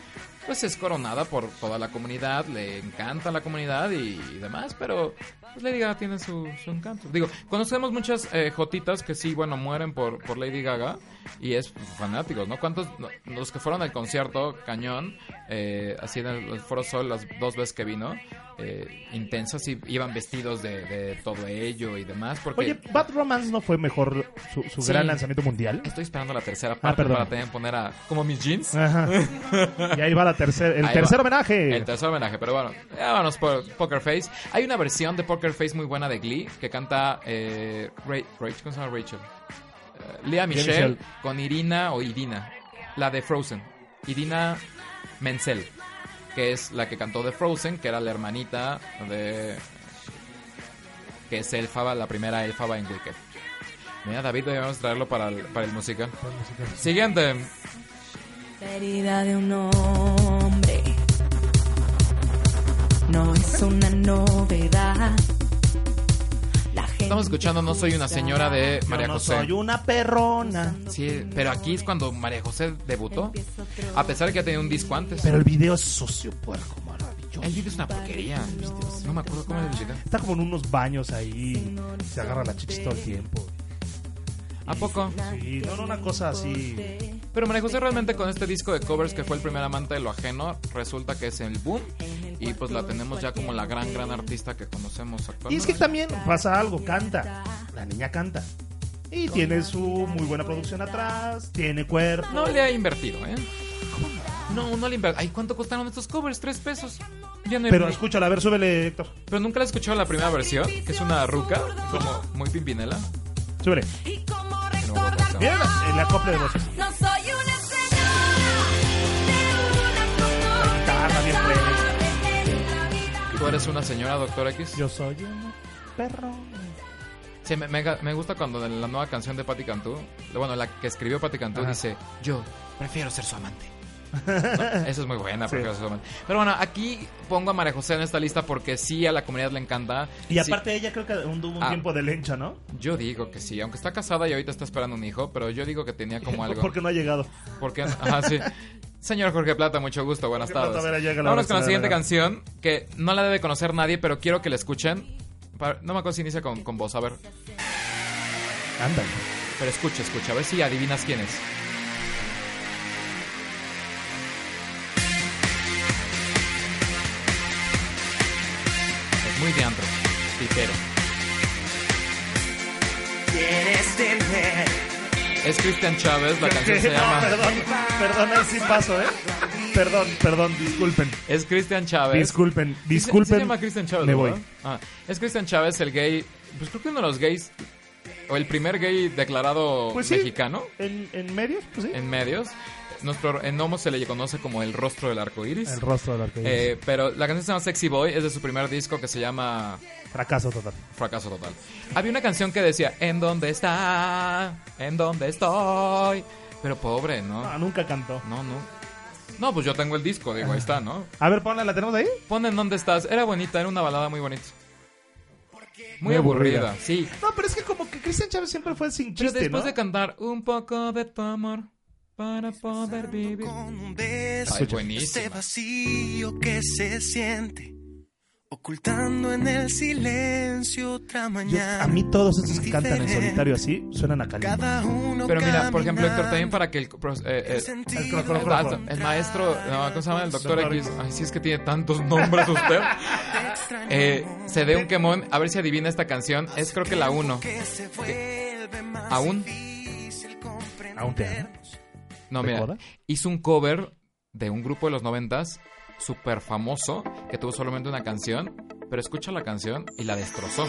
Speaker 3: pues es coronada por toda la comunidad, le encanta la comunidad y, y demás, pero pues Lady Gaga tiene su, su encanto. Digo, conocemos muchas eh, jotitas que sí, bueno, mueren por, por Lady Gaga y es fanáticos, ¿no? ¿Cuántos, no- los que fueron al concierto Cañón, eh, así en el, el Foro Sol las dos veces que vino, eh, intensas y iban vestidos de, de todo ello y demás? Porque
Speaker 4: Oye, Bad Romance no fue mejor su, su
Speaker 3: Sí.
Speaker 4: gran lanzamiento mundial.
Speaker 3: estoy esperando la tercera parte
Speaker 4: Ah, perdón.
Speaker 3: para tener, poner a... como mis jeans.
Speaker 4: Ajá. Y ahí va la tercera, el
Speaker 3: Ahí
Speaker 4: tercer
Speaker 3: va.
Speaker 4: homenaje.
Speaker 3: El tercer homenaje, pero bueno, ya vámonos por Poker Face. Hay una versión de Poker Face muy buena de Glee que canta eh, Ra- Rach- ¿cómo se llama Rachel? Eh, Lea Michelle,
Speaker 4: Michele.
Speaker 3: con Irina o Irina, la de Frozen. Irina Menzel, que es la que cantó de Frozen, que era la hermanita de... que es elfaba, la primera elfaba en Wicked. Mira, David, debemos traerlo para el, para el musical. Siguiente.
Speaker 6: La herida de un hombre no es una novedad. La gente
Speaker 3: Estamos escuchando No Soy una Señora de María
Speaker 4: no
Speaker 3: José.
Speaker 4: soy una perrona.
Speaker 3: Sí, pero aquí es cuando María José debutó. A pesar de que ya tenía un disco antes.
Speaker 4: Pero el video es socio puerco, maravilloso.
Speaker 3: El video es una porquería. No me acuerdo cómo era el video.
Speaker 4: Está como en unos baños ahí. Se agarra la chichis todo el tiempo.
Speaker 3: ¿A poco?
Speaker 4: Sí, no, no, una cosa así.
Speaker 3: Pero María José realmente con este disco de covers que fue el primer amante de lo ajeno, resulta que es el boom. Y pues la tenemos ya como la gran, gran artista que conocemos
Speaker 4: Y es que
Speaker 3: actualmente.
Speaker 4: también pasa algo, canta. La niña canta. Y tiene su muy buena producción atrás, tiene cuerpo.
Speaker 3: No le ha invertido, ¿eh? No, no le ha invertido. Ay, ¿cuánto costaron estos covers? Tres pesos. Ya no hay
Speaker 4: Pero
Speaker 3: ni-
Speaker 4: escúchala, a ver, súbele, Héctor.
Speaker 3: Pero nunca la he escuchado la primera versión, que es una ruca, como muy pimpinela.
Speaker 4: Súbele.
Speaker 6: y como
Speaker 3: Que no me acuerdo cómo se llama.
Speaker 4: Mira la- el acople de voces.
Speaker 6: no soy una señora de una
Speaker 4: Carla, bien puedes.
Speaker 3: Tú eres una señora, doctor X.
Speaker 4: Yo soy un perro.
Speaker 3: Sí, me, me, me gusta cuando en la nueva canción de Patti Cantú, bueno, la que escribió Patti Cantú
Speaker 4: Ajá.
Speaker 3: dice, yo prefiero ser su amante. No, Eso es muy buena, prefiero ser su amante. Pero bueno, aquí pongo a María José en esta lista porque sí, a la comunidad le encanta.
Speaker 4: Y
Speaker 3: Sí,
Speaker 4: aparte ella creo que un- tuvo un
Speaker 3: Ah.
Speaker 4: tiempo de lencha, ¿no?
Speaker 3: yo digo que sí, aunque está casada y ahorita está esperando un hijo, pero yo digo que tenía como algo.
Speaker 4: Porque no ha llegado.
Speaker 3: Porque, ajá, sí. Señor Jorge Plata, mucho gusto, buenas
Speaker 4: Jorge
Speaker 3: tardes.
Speaker 4: Plata, mira, llega la
Speaker 3: Vámonos con la
Speaker 4: persona de
Speaker 3: siguiente
Speaker 4: la-
Speaker 3: canción, que no la debe conocer nadie, pero quiero que la escuchen. Pa- No me acuerdo si inicia con, con vos, a ver.
Speaker 4: Anda.
Speaker 3: Pero escucha, escucha, a ver si adivinas quién es. Es muy de antro, pitero.
Speaker 2: Quieres tener
Speaker 3: Es Cristian Chávez, la canción se
Speaker 4: no,
Speaker 3: llama.
Speaker 4: perdón, perdón, ahí sí paso, ¿eh? Perdón, perdón, disculpen.
Speaker 3: Es Cristian Chávez.
Speaker 4: Disculpen,
Speaker 3: Sí se-
Speaker 4: disculpen.
Speaker 3: sí se llama Cristian Chávez.
Speaker 4: Me
Speaker 3: ¿no?
Speaker 4: voy.
Speaker 3: Ah, es Cristian Chávez, el gay. Pues creo que uno de los gays. O el primer gay declarado
Speaker 4: Pues sí.
Speaker 3: mexicano
Speaker 4: ¿En, en medios? Pues sí.
Speaker 3: en medios. Nuestro, en Homo se le conoce como el rostro del arco iris.
Speaker 4: El rostro del arcoíris.
Speaker 3: Eh, pero la canción se llama Sexy Boy, es de su primer disco que se llama
Speaker 4: Fracaso total.
Speaker 3: Fracaso Total. Había una canción que decía, ¿en dónde está? ¿En dónde estoy? Pero pobre, ¿no?
Speaker 4: Ah, nunca cantó.
Speaker 3: No, no. No, pues yo tengo el disco, digo, ahí está, ¿no?
Speaker 4: A ver, ponla, ¿la tenemos ahí?
Speaker 3: Pon en dónde estás, era bonita, era una balada muy bonita. Muy,
Speaker 4: Muy
Speaker 3: aburrida.
Speaker 4: aburrida.
Speaker 3: sí.
Speaker 4: No, pero es que como que Cristian Chávez siempre fue sin
Speaker 3: Pero
Speaker 4: chiste,
Speaker 3: después
Speaker 4: ¿no?
Speaker 3: de cantar un poco de tu amor para poder vivir.
Speaker 2: con un beso
Speaker 3: Ay,
Speaker 2: este
Speaker 3: buenísima.
Speaker 2: vacío que se siente, ocultando en el silencio otra
Speaker 4: Yo-
Speaker 2: mañana.
Speaker 4: a mí todos estos que cantan en solitario así suenan a Kalimba.
Speaker 2: Cada uno
Speaker 3: Pero mira, por ejemplo, Héctor, también
Speaker 2: caminando,
Speaker 3: para que el, pros- eh, eh,
Speaker 2: sentido
Speaker 4: el cro- cro-
Speaker 3: el,
Speaker 4: cro-
Speaker 3: ma- el maestro, no, ¿cómo se llama? El doctor
Speaker 4: Doctor
Speaker 3: X. Ay, sí, es que tiene tantos nombres usted.
Speaker 2: te extraño,
Speaker 3: Eh,
Speaker 2: amor.
Speaker 3: se dé un quemón, a ver si adivina esta canción. Es creo que la 1.
Speaker 2: Que se vuelve más
Speaker 3: eh, ¿Aún?
Speaker 2: difícil comprender.
Speaker 4: Aún te amo.
Speaker 3: No, mira,
Speaker 4: ¿Recuerda?
Speaker 3: hizo un cover de un grupo de los noventas súper famoso que tuvo solamente una canción, pero escucha la canción y la destrozó.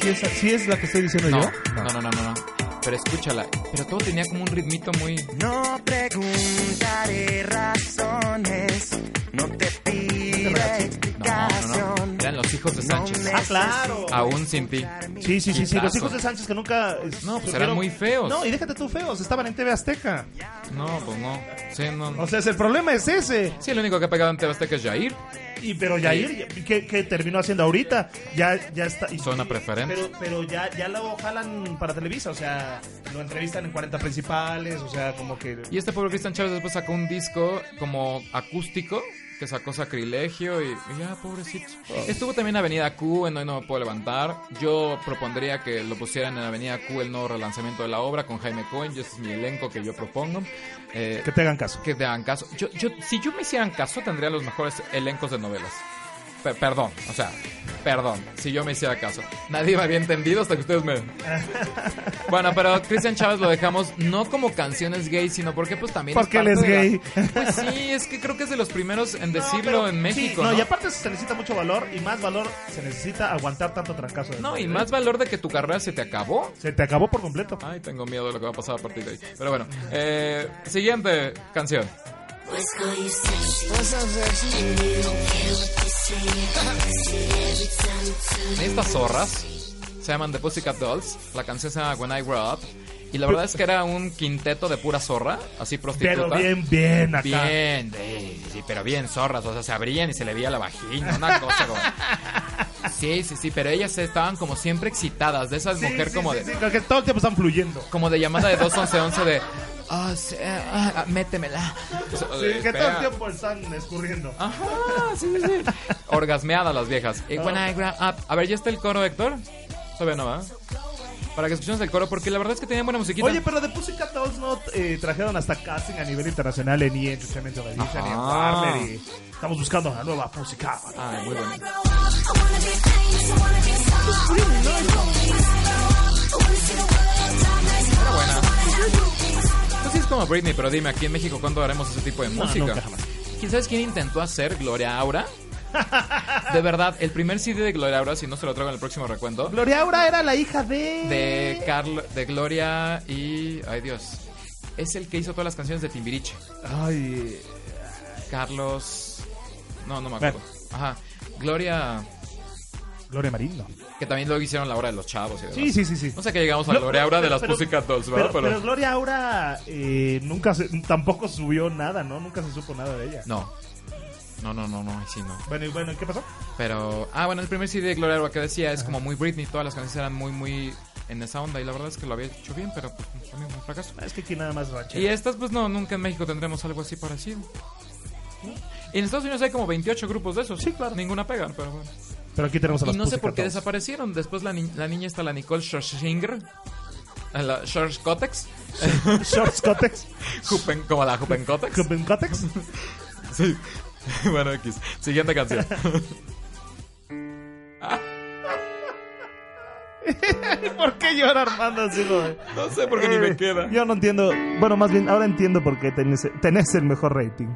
Speaker 4: ¿Sí es, sí es la que estoy diciendo
Speaker 3: No,
Speaker 4: yo?
Speaker 3: no, no, no, no. no. Pero escúchala. Pero todo tenía como un ritmito muy.
Speaker 2: No preguntaré razones, no te pido
Speaker 3: No, no, no.
Speaker 2: explicación.
Speaker 3: Eran los hijos de Sánchez.
Speaker 2: Ah, claro.
Speaker 3: Aún sin ti.
Speaker 4: Sí, sí, sí, sí. Los
Speaker 3: Hitazo.
Speaker 4: hijos de Sánchez que nunca. No,
Speaker 3: pues eran muy feos.
Speaker 4: No, y déjate tú feos. Estaban en TV Azteca.
Speaker 3: No, pues no. Sí, no. no.
Speaker 4: O sea, es- el problema es ese.
Speaker 3: Sí, el único que ha pegado en TV Azteca es Jair.
Speaker 4: Y pero Yair, ¿qué, qué terminó haciendo ahorita? Ya, ya está. y-
Speaker 3: Zona
Speaker 4: y-
Speaker 3: preferente.
Speaker 4: Pero, pero ya, ya lo jalan para Televisa. O sea, lo entrevistan en 40 principales. O sea, como que.
Speaker 3: Y este pobre Cristian Chávez después sacó un disco como acústico que sacó sacrilegio y, y ya, pobrecito. Estuvo también en Avenida Q, en Hoy No Me Puedo Levantar. Yo propondría que lo pusieran en Avenida Q el nuevo relanzamiento de la obra con Jaime Cohen. Y ese es mi elenco que yo propongo. Eh,
Speaker 4: Que te hagan caso.
Speaker 3: que te hagan caso. Yo, yo, si yo me hicieran caso, tendría los mejores elencos de novelas. Pe- perdón, o sea, perdón, si yo me hiciera caso. Nadie me había entendido hasta que ustedes me... Bueno, pero Cristian Chávez lo dejamos no como canciones gay, sino porque pues también... es
Speaker 4: Porque él es
Speaker 3: parte de
Speaker 4: gay.
Speaker 3: la- Pues sí, es que creo que es de los primeros en decirlo
Speaker 4: pero-
Speaker 3: en México.
Speaker 4: sí,
Speaker 3: ¿no?
Speaker 4: no, y aparte se necesita mucho valor. Y más valor se necesita aguantar tanto trancazo. de
Speaker 3: No, y
Speaker 4: madre.
Speaker 3: más valor de que tu carrera se te acabó.
Speaker 4: Se te acabó por completo.
Speaker 3: Ay, tengo miedo de lo que va a pasar a partir de ahí. Pero bueno, eh, siguiente canción. Estas zorras se llaman The Pussycat Dolls. La canción se llama When I Grow Up. Y la verdad es que era un quinteto de pura zorra, así prostituta.
Speaker 4: Pero bien, bien acá.
Speaker 3: Bien, sí, sí, pero bien zorras, o sea, se abrían y se le veía la vagina, una cosa como... Sí, sí, sí, pero ellas estaban como siempre excitadas, de esas
Speaker 4: Sí,
Speaker 3: mujeres
Speaker 4: sí,
Speaker 3: como
Speaker 4: sí,
Speaker 3: de
Speaker 4: sí, creo que todo el tiempo están fluyendo.
Speaker 3: como de llamada de 211 de ah, sí, ah, ah, métemela.
Speaker 4: Sí, que todo el
Speaker 3: Espera.
Speaker 4: tiempo están escurriendo.
Speaker 3: Ajá, sí, sí, sí. Orgasmeadas las viejas. Eh, Y
Speaker 4: Ah.
Speaker 3: when I grow up. A ver, ¿ya está el coro, Héctor? Todavía no, ¿verdad? Para que escuchemos el coro, porque la verdad es que tenían buena musiquita.
Speaker 4: Oye, pero de Pussycat Dolls no eh, trajeron hasta casting a nivel internacional en EN, Entertainment Television y en
Speaker 3: Ajá.
Speaker 4: Warner. y estamos buscando una nueva Pussycat.
Speaker 3: Ah, muy bonito. Era buena. Pues sí, es como Britney, pero dime, aquí en México, ¿cuándo haremos ese tipo de música?
Speaker 4: nunca jamás.
Speaker 3: ¿Quién sabes quién intentó hacer Gloria Aura? De verdad, el primer CD de Gloria Aura, si no se lo traigo en el próximo recuento,
Speaker 4: Gloria Aura era la hija de...
Speaker 3: de Carl, de Gloria y. Ay Dios. Es el que hizo todas las canciones de Timbiriche.
Speaker 4: Ay,
Speaker 3: Carlos. No, no me acuerdo. Ajá. Gloria.
Speaker 4: Gloria Marín, ¿no?
Speaker 3: Que también luego hicieron la hora de los chavos y demás.
Speaker 4: Sí, sí, sí, sí.
Speaker 3: No sé que llegamos a
Speaker 4: No,
Speaker 3: Gloria Aura de
Speaker 4: pero-
Speaker 3: las
Speaker 4: pero-
Speaker 3: Pussycat Dolls,
Speaker 4: Pero,
Speaker 3: ¿verdad? Pero-
Speaker 4: pero Gloria Aura eh, nunca se- tampoco subió nada, ¿no? Nunca se supo nada de ella.
Speaker 3: No. No, no, no, no, ahí sí no.
Speaker 4: Bueno, y bueno, ¿y ¿qué pasó?
Speaker 3: Pero. Ah, bueno, el primer CD de Gloria Aura que decía es como muy Britney. Todas las canciones eran muy, muy en esa onda. Y la verdad es que lo había hecho bien, pero pues también fue un fracaso.
Speaker 4: Es que aquí nada más ranchero.
Speaker 3: Y estas, pues no, nunca en México tendremos algo así parecido. Y en Estados Unidos hay como 28 grupos de esos. Sí, claro. Ninguna pega, pero bueno.
Speaker 4: Pero aquí tenemos a
Speaker 3: Y
Speaker 4: las
Speaker 3: no sé por qué
Speaker 4: Pussycat
Speaker 3: desaparecieron. Después la, ni- la niña está la Nicole Scherzinger. a La Schorsch Cotex.
Speaker 4: Dolls. Shorts Cotex.
Speaker 3: Jupen- como la Jupen Cotex.
Speaker 4: Cupen Cotex.
Speaker 3: Sí. Bueno, X. Siguiente canción.
Speaker 4: ¿Por qué llora Armando así, güey?
Speaker 3: No sé por qué ni me queda.
Speaker 4: Eh, Yo no entiendo. Bueno, más bien, ahora entiendo por qué tenés, tenés el mejor rating.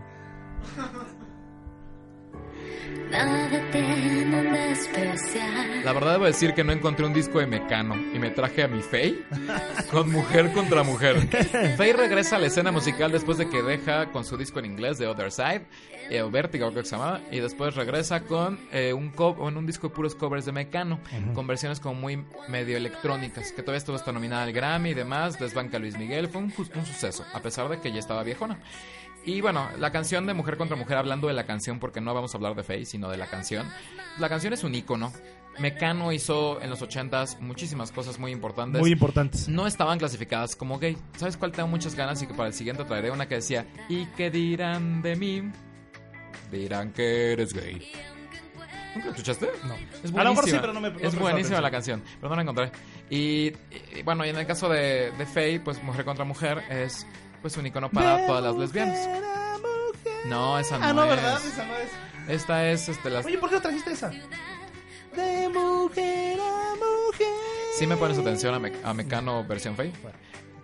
Speaker 6: Nada temo de despreciar.
Speaker 3: La verdad debo decir que no encontré un disco de Mecano y me traje a mi Faye con Mujer contra Mujer. Faye regresa a la escena musical después de que deja con su disco en inglés The Other Side, eh, o Vertigo creo que se llamaba, y después regresa con eh, un, co- en un disco de puros covers de Mecano, con versiones como muy medio electrónicas, que todavía estuvo hasta nominada al Grammy y demás, desbanca a Luis Miguel, fue un, ju- un suceso, a pesar de que ya estaba viejona. Y bueno, la canción de Mujer contra Mujer, hablando de la canción, porque no vamos a hablar de Faye, sino de la canción. La canción es un icono. Mecano hizo en los 80s muchísimas cosas muy importantes.
Speaker 4: Muy importantes.
Speaker 3: no estaban clasificadas como gay. ¿Sabes cuál tengo muchas ganas y que para el siguiente traeré una que decía, ¿y qué dirán de mí? Dirán que eres gay. ¿Nunca la escuchaste? No. Es buenísima.
Speaker 4: A lo mejor sí, pero no me- no
Speaker 3: Es
Speaker 4: prestaba
Speaker 3: buenísima
Speaker 4: atención.
Speaker 3: la canción, pero no la encontré. Y, y, bueno, y en el caso de, de Faye, pues Mujer contra Mujer es pues un icono para todas las lesbianas. No, esa no,
Speaker 4: Ah, no,
Speaker 3: es.
Speaker 4: ¿verdad? Esa no es.
Speaker 3: Esta es este las
Speaker 4: Oye, ¿por qué no trajiste esa? De mujer a mujer.
Speaker 3: Sí me pones atención a, Me- a Mecano versión Faye.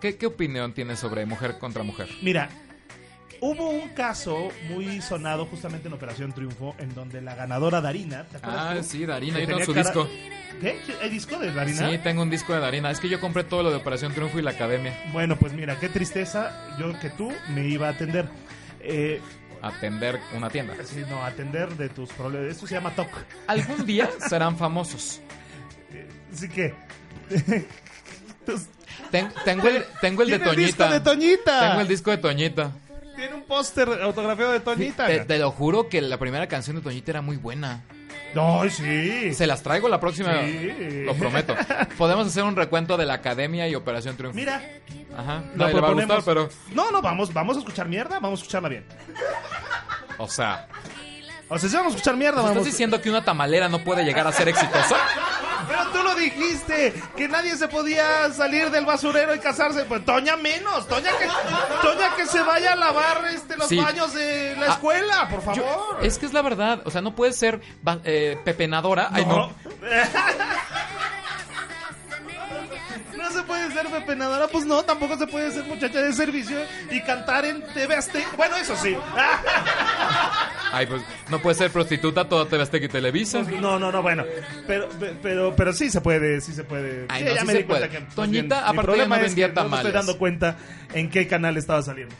Speaker 3: ¿Qué, ¿Qué opinión tienes sobre mujer contra mujer?
Speaker 4: Mira, hubo un caso muy sonado justamente en Operación Triunfo en donde la ganadora Darina, ¿te acuerdas?
Speaker 3: Ah,
Speaker 4: tú?
Speaker 3: sí, Darina,
Speaker 4: Que
Speaker 3: yo tengo
Speaker 4: tenía
Speaker 3: su
Speaker 4: cara-
Speaker 3: disco.
Speaker 4: ¿Qué? ¿Hay disco de Darina?
Speaker 3: Sí, tengo un disco de Darina. Es que yo compré todo lo de Operación Triunfo y la Academia.
Speaker 4: Bueno, pues mira, qué tristeza. Yo que tú me iba a atender. Eh,
Speaker 3: Atender una tienda.
Speaker 4: sí, no, atender de tus problemas. Esto se llama TOC.
Speaker 3: Algún día serán famosos.
Speaker 4: Así que. Entonces,
Speaker 3: Ten- tengo el, tengo el de
Speaker 4: ¡Tiene
Speaker 3: Toñita.
Speaker 4: el disco de Toñita!
Speaker 3: Tengo el disco de Toñita.
Speaker 4: tiene un póster autografiado de Toñita.
Speaker 3: Te, te lo juro que la primera canción de Toñita era muy buena.
Speaker 4: No, sí.
Speaker 3: Se las traigo la próxima.
Speaker 4: Sí.
Speaker 3: Lo prometo. Podemos hacer un recuento de la Academia y Operación Triunfo.
Speaker 4: Mira,
Speaker 3: Ajá. Nadie
Speaker 4: lo
Speaker 3: le va a
Speaker 4: proponemos.
Speaker 3: gustar, pero.
Speaker 4: No, no, vamos, vamos a escuchar mierda, vamos a escucharla bien.
Speaker 3: O sea,
Speaker 4: O sea, si vamos a escuchar mierda,
Speaker 3: Pues ¿estás
Speaker 4: vamos.
Speaker 3: diciendo que una tamalera no puede llegar a ser exitosa?
Speaker 4: Pero tú lo dijiste, que nadie se podía salir del basurero y casarse. Pues Toña menos, Toña que, Toña que se vaya a lavar este, los
Speaker 3: Sí.
Speaker 4: baños de la
Speaker 3: Ah,
Speaker 4: escuela, por favor.
Speaker 3: Yo- es que es la verdad. O sea, no puedes ser ba- eh, pepenadora. Ay, no.
Speaker 4: No se puede ser pepenadora, pues no, tampoco se puede ser muchacha de servicio y cantar en TV Azteca. Bueno, eso sí.
Speaker 3: Ay, pues, no puedes ser prostituta toda TV Azteca y Televisa.
Speaker 4: No, no, no, bueno. Pero, pero, pero sí se puede, sí se puede.
Speaker 3: Ay,
Speaker 4: Sí,
Speaker 3: no, sí se puede. Toñita,
Speaker 4: más pues, bien, mi
Speaker 3: aparte, ya
Speaker 4: problema
Speaker 3: no
Speaker 4: es
Speaker 3: vendía
Speaker 4: que No me estoy
Speaker 3: tamales.
Speaker 4: dando cuenta en qué canal estaba saliendo.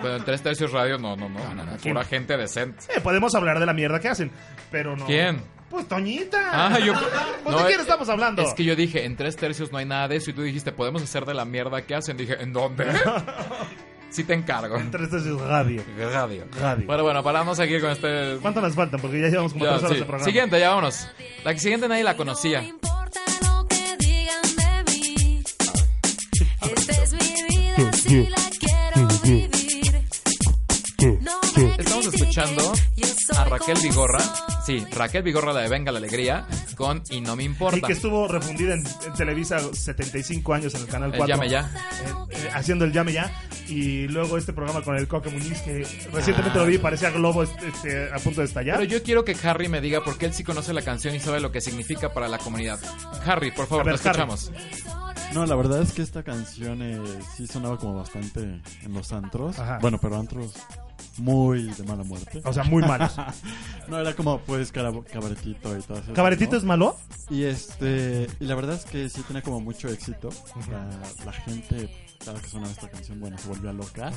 Speaker 3: Pero en Tres Tercios Radio, no, no, no. Pura gente decente.
Speaker 4: Eh, podemos hablar de la mierda que hacen, pero no.
Speaker 3: ¿Quién?
Speaker 4: Pues Toñita.
Speaker 3: Ah, yo-
Speaker 4: Pues,
Speaker 3: no,
Speaker 4: ¿De quién
Speaker 3: eh,
Speaker 4: estamos hablando?
Speaker 3: Es que yo dije, en tres tercios no hay nada de eso. Y tú dijiste, podemos hacer de la mierda que hacen. Dije, ¿en dónde? sí te encargo.
Speaker 4: Tres veces radio.
Speaker 3: Radio.
Speaker 4: Radio.
Speaker 3: Bueno, bueno, para no seguir con este...
Speaker 4: ¿Cuánto nos faltan? Porque ya llevamos como
Speaker 3: Ya,
Speaker 4: tres horas
Speaker 3: sí.
Speaker 4: de este programa.
Speaker 3: Siguiente, ya vámonos. La siguiente nadie la conocía.
Speaker 6: No importa lo que digan de mí. Esta es mi vida si la quiero vivir. No me
Speaker 3: Estamos
Speaker 6: critiquen,
Speaker 3: escuchando
Speaker 6: yo soy
Speaker 3: a Raquel
Speaker 6: como
Speaker 3: Vigorra.
Speaker 6: soy.
Speaker 3: Sí, Raquel Vigorra, la de Venga la Alegría, con Y No Me
Speaker 4: Y
Speaker 3: Importa.
Speaker 4: que estuvo refundida en, en Televisa 75 años en el Canal
Speaker 3: El
Speaker 4: 4.
Speaker 3: Llame Ya.
Speaker 4: Eh, eh, haciendo el llame ya. Y luego este programa con el Coque Muñiz, que recientemente lo vi, parecía globo este, este, a punto de estallar.
Speaker 3: Pero yo quiero que Harry me diga porque él sí conoce la canción y sabe lo que significa para la comunidad. Harry, por favor,
Speaker 4: A ver,
Speaker 3: te
Speaker 4: Harry.
Speaker 3: escuchamos.
Speaker 10: No, la verdad es que esta canción eh, sí sonaba como bastante en los antros.
Speaker 4: Ajá.
Speaker 10: Bueno, pero antros muy de mala muerte.
Speaker 4: O sea, muy malos.
Speaker 10: no, era como pues cara- cabaretito y todo eso.
Speaker 4: ¿Cabaretito es malo?
Speaker 10: Y este y la verdad es que sí tenía como mucho éxito. La, la gente cada que sonaba esta canción, bueno, se volvía loca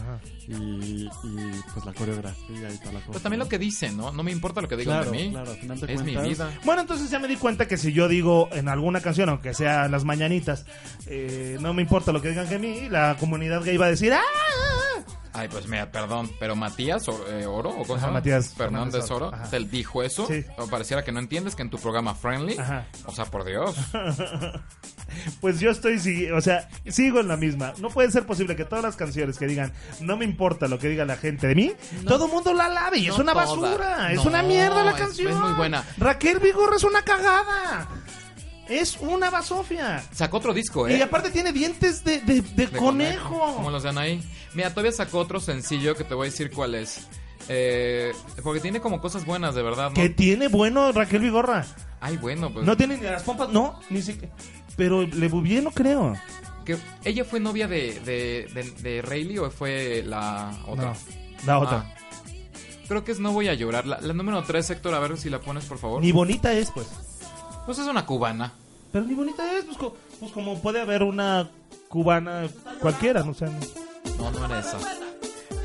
Speaker 10: y, y, pues la coreografía y toda la cosa.
Speaker 3: Pero también lo que dice, ¿no? No me importa lo que digan
Speaker 10: Claro,
Speaker 3: de mí.
Speaker 10: claro, al final de
Speaker 3: es mi
Speaker 10: cuentas-
Speaker 3: vida.
Speaker 4: Bueno, entonces ya me di cuenta que si yo digo en alguna canción, aunque sea Las Mañanitas, eh, no me importa lo que digan de mí, la comunidad gay va a decir ¡Ah!
Speaker 3: Ay, pues mira, perdón. Pero Matías o- eh, Oro, ¿o cómo
Speaker 4: Ajá,
Speaker 3: se llama?
Speaker 4: Matías
Speaker 3: Fernández
Speaker 4: Fernández Oro,
Speaker 3: Oro,
Speaker 4: ajá.
Speaker 3: te dijo eso.
Speaker 4: Sí.
Speaker 3: O pareciera que no entiendes que en tu programa Friendly.
Speaker 4: Ajá.
Speaker 3: O sea, por Dios.
Speaker 4: Pues yo estoy, sigui- o sea, sigo en la misma. No puede ser posible que todas las canciones que digan no me importa lo que diga la gente de mí, todo el mundo la lave y es
Speaker 3: No
Speaker 4: una
Speaker 3: toda.
Speaker 4: basura, es
Speaker 3: No,
Speaker 4: una mierda la
Speaker 3: es-
Speaker 4: canción.
Speaker 3: es muy buena.
Speaker 4: Raquel Vigorra es una cagada. Es una basofia.
Speaker 3: Sacó otro disco, ¿eh?
Speaker 4: Y aparte tiene dientes de, de- de
Speaker 3: De
Speaker 4: conejo.
Speaker 3: Como los de Anaí. Mira, todavía sacó otro sencillo que te voy a decir cuál es. Eh, porque tiene como cosas buenas, de verdad. ¿no?
Speaker 4: Que tiene bueno Raquel Vigorra.
Speaker 3: Ay, bueno, pues.
Speaker 4: No tiene ni las pompas, no, ni siquiera. Pero Le Bouvier no creo.
Speaker 3: que ¿Ella fue novia de, de, de, de Rayleigh o fue la otra?
Speaker 4: No, la otra.
Speaker 3: Ah. Creo que es No Voy a Llorar. La, la número 3, Héctor, a ver si la pones, por favor.
Speaker 4: Ni bonita es, pues.
Speaker 3: Pues es una cubana.
Speaker 4: Pero ni bonita es, pues, co- pues como puede haber una cubana cualquiera, no sé. no.
Speaker 3: No, no era esa.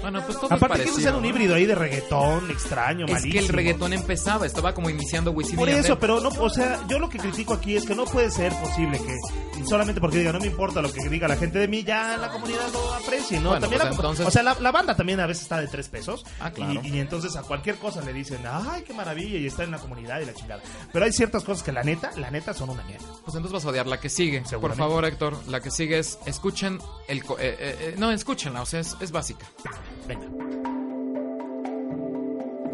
Speaker 3: Bueno, pues todo
Speaker 4: Aparte
Speaker 3: es
Speaker 4: quiso
Speaker 3: parecido.
Speaker 4: ser un híbrido ahí de reggaetón extraño,
Speaker 3: Es
Speaker 4: malísimo.
Speaker 3: que el reggaetón empezaba, estaba como iniciando Wisin y
Speaker 4: Por eso,
Speaker 3: Yandel.
Speaker 4: pero no, o sea, yo lo que critico aquí es que no puede ser posible que y solamente porque diga no me importa lo que diga la gente de mí, ya la comunidad lo aprecie, ¿no?
Speaker 3: Bueno,
Speaker 4: también
Speaker 3: pues
Speaker 4: la-
Speaker 3: entonces-
Speaker 4: O sea, la, la banda también a veces está de tres pesos.
Speaker 3: Ah, claro.
Speaker 4: Y, y entonces a cualquier cosa le dicen, ay, qué maravilla, y está en la comunidad y la chingada. Pero hay ciertas cosas que la neta, la neta son una mierda.
Speaker 3: Pues entonces vas a odiar la que sigue. Por
Speaker 4: Seguramente.
Speaker 3: favor, Héctor, la que sigue es escuchen el... co- eh, eh, eh, no, escúchenla, o sea, es, es básica.
Speaker 4: Venga.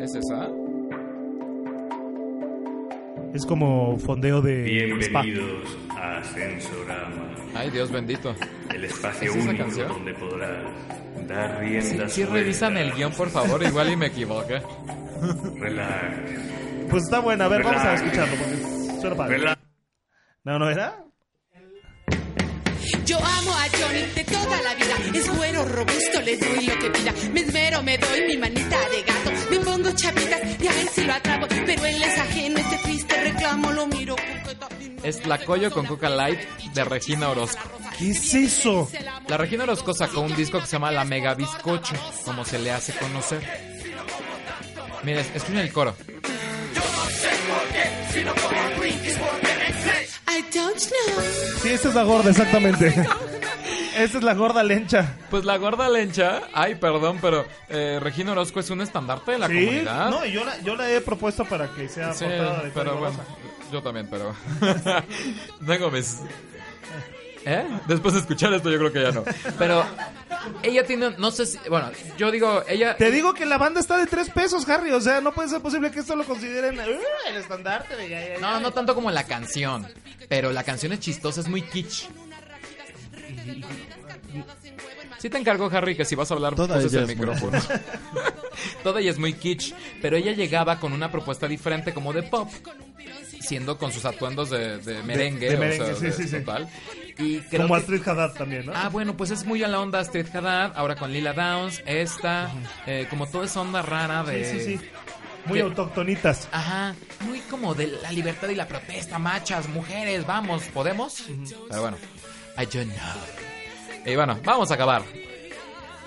Speaker 3: ¿Es esa?
Speaker 4: Es como fondeo de spa.
Speaker 11: Bienvenidos a Ascensorama,
Speaker 3: Ay, Dios bendito.
Speaker 11: el espacio
Speaker 3: ¿Es esa
Speaker 11: único
Speaker 3: canción?
Speaker 11: donde podrás dar rienda
Speaker 3: Si
Speaker 11: suelta.
Speaker 3: revisan el guión, por favor, igual y me equivoqué.
Speaker 11: Relax,
Speaker 4: Pues está bueno, a ver, vamos a escucharlo porque suena padre.
Speaker 11: relax.
Speaker 4: No, no era.
Speaker 12: Yo amo a Johnny de toda la vida. Es bueno, robusto, le doy lo que pida. Me esmero, me doy mi manita de gato. Me pongo chapitas y a ver si lo atrapo. Pero él es ajeno, este triste reclamo lo miro con coto.
Speaker 3: es Tlacoyo con Coca Light de Regina Orozco.
Speaker 4: ¿Qué es eso?
Speaker 3: La Regina Orozco sacó un disco que se llama La Mega Bizcocho, como se le hace conocer. Miren, escuchen el coro.
Speaker 12: I don't know.
Speaker 4: Sí, esta es la gorda, exactamente. Esta es la gorda lencha.
Speaker 3: Pues la gorda lencha, ay, perdón, pero eh, Regina Orozco es un estandarte de la
Speaker 4: Sí,
Speaker 3: comunidad.
Speaker 4: no, y yo la, yo la he propuesto para que sea
Speaker 3: Sí,
Speaker 4: portada de
Speaker 3: pero
Speaker 4: Código
Speaker 3: bueno,
Speaker 4: Rosa.
Speaker 3: yo también, pero tengo mis... ¿Eh? Después de escuchar esto yo creo que ya no. Pero ella tiene, no sé si, bueno, yo digo, ella...
Speaker 4: Te digo que la banda está de tres pesos, Harry. O sea, no puede ser posible que esto lo consideren "Uh, el estandarte. de ya, ya, ya".
Speaker 3: No, no tanto como la canción, pero la canción es chistosa, es muy kitsch. Sí te encargo, Harry, que si vas a hablar,
Speaker 10: Toda
Speaker 3: uses
Speaker 10: ella
Speaker 3: el
Speaker 10: es muy-
Speaker 3: micrófono. Toda ella es muy kitsch, pero ella llegaba con una propuesta diferente como de pop, siendo con sus atuendos de, de merengue,
Speaker 4: de
Speaker 3: o
Speaker 4: merengue,
Speaker 3: sea,
Speaker 4: sí,
Speaker 3: de-
Speaker 4: sí, sí.
Speaker 3: total. Y creo
Speaker 4: Como
Speaker 3: que-
Speaker 4: actriz Haddad también, ¿no?
Speaker 3: Ah, bueno, pues es muy a la onda Street Haddad, ahora con Lila Downs, esta, eh, como toda esa onda rara de...
Speaker 4: Sí, sí, sí. Muy
Speaker 3: que-
Speaker 4: autóctonitas.
Speaker 3: Ajá, muy como de la libertad y la protesta, machas, mujeres, vamos, ¿podemos? Pero bueno, I don't know. Y bueno, vamos a acabar.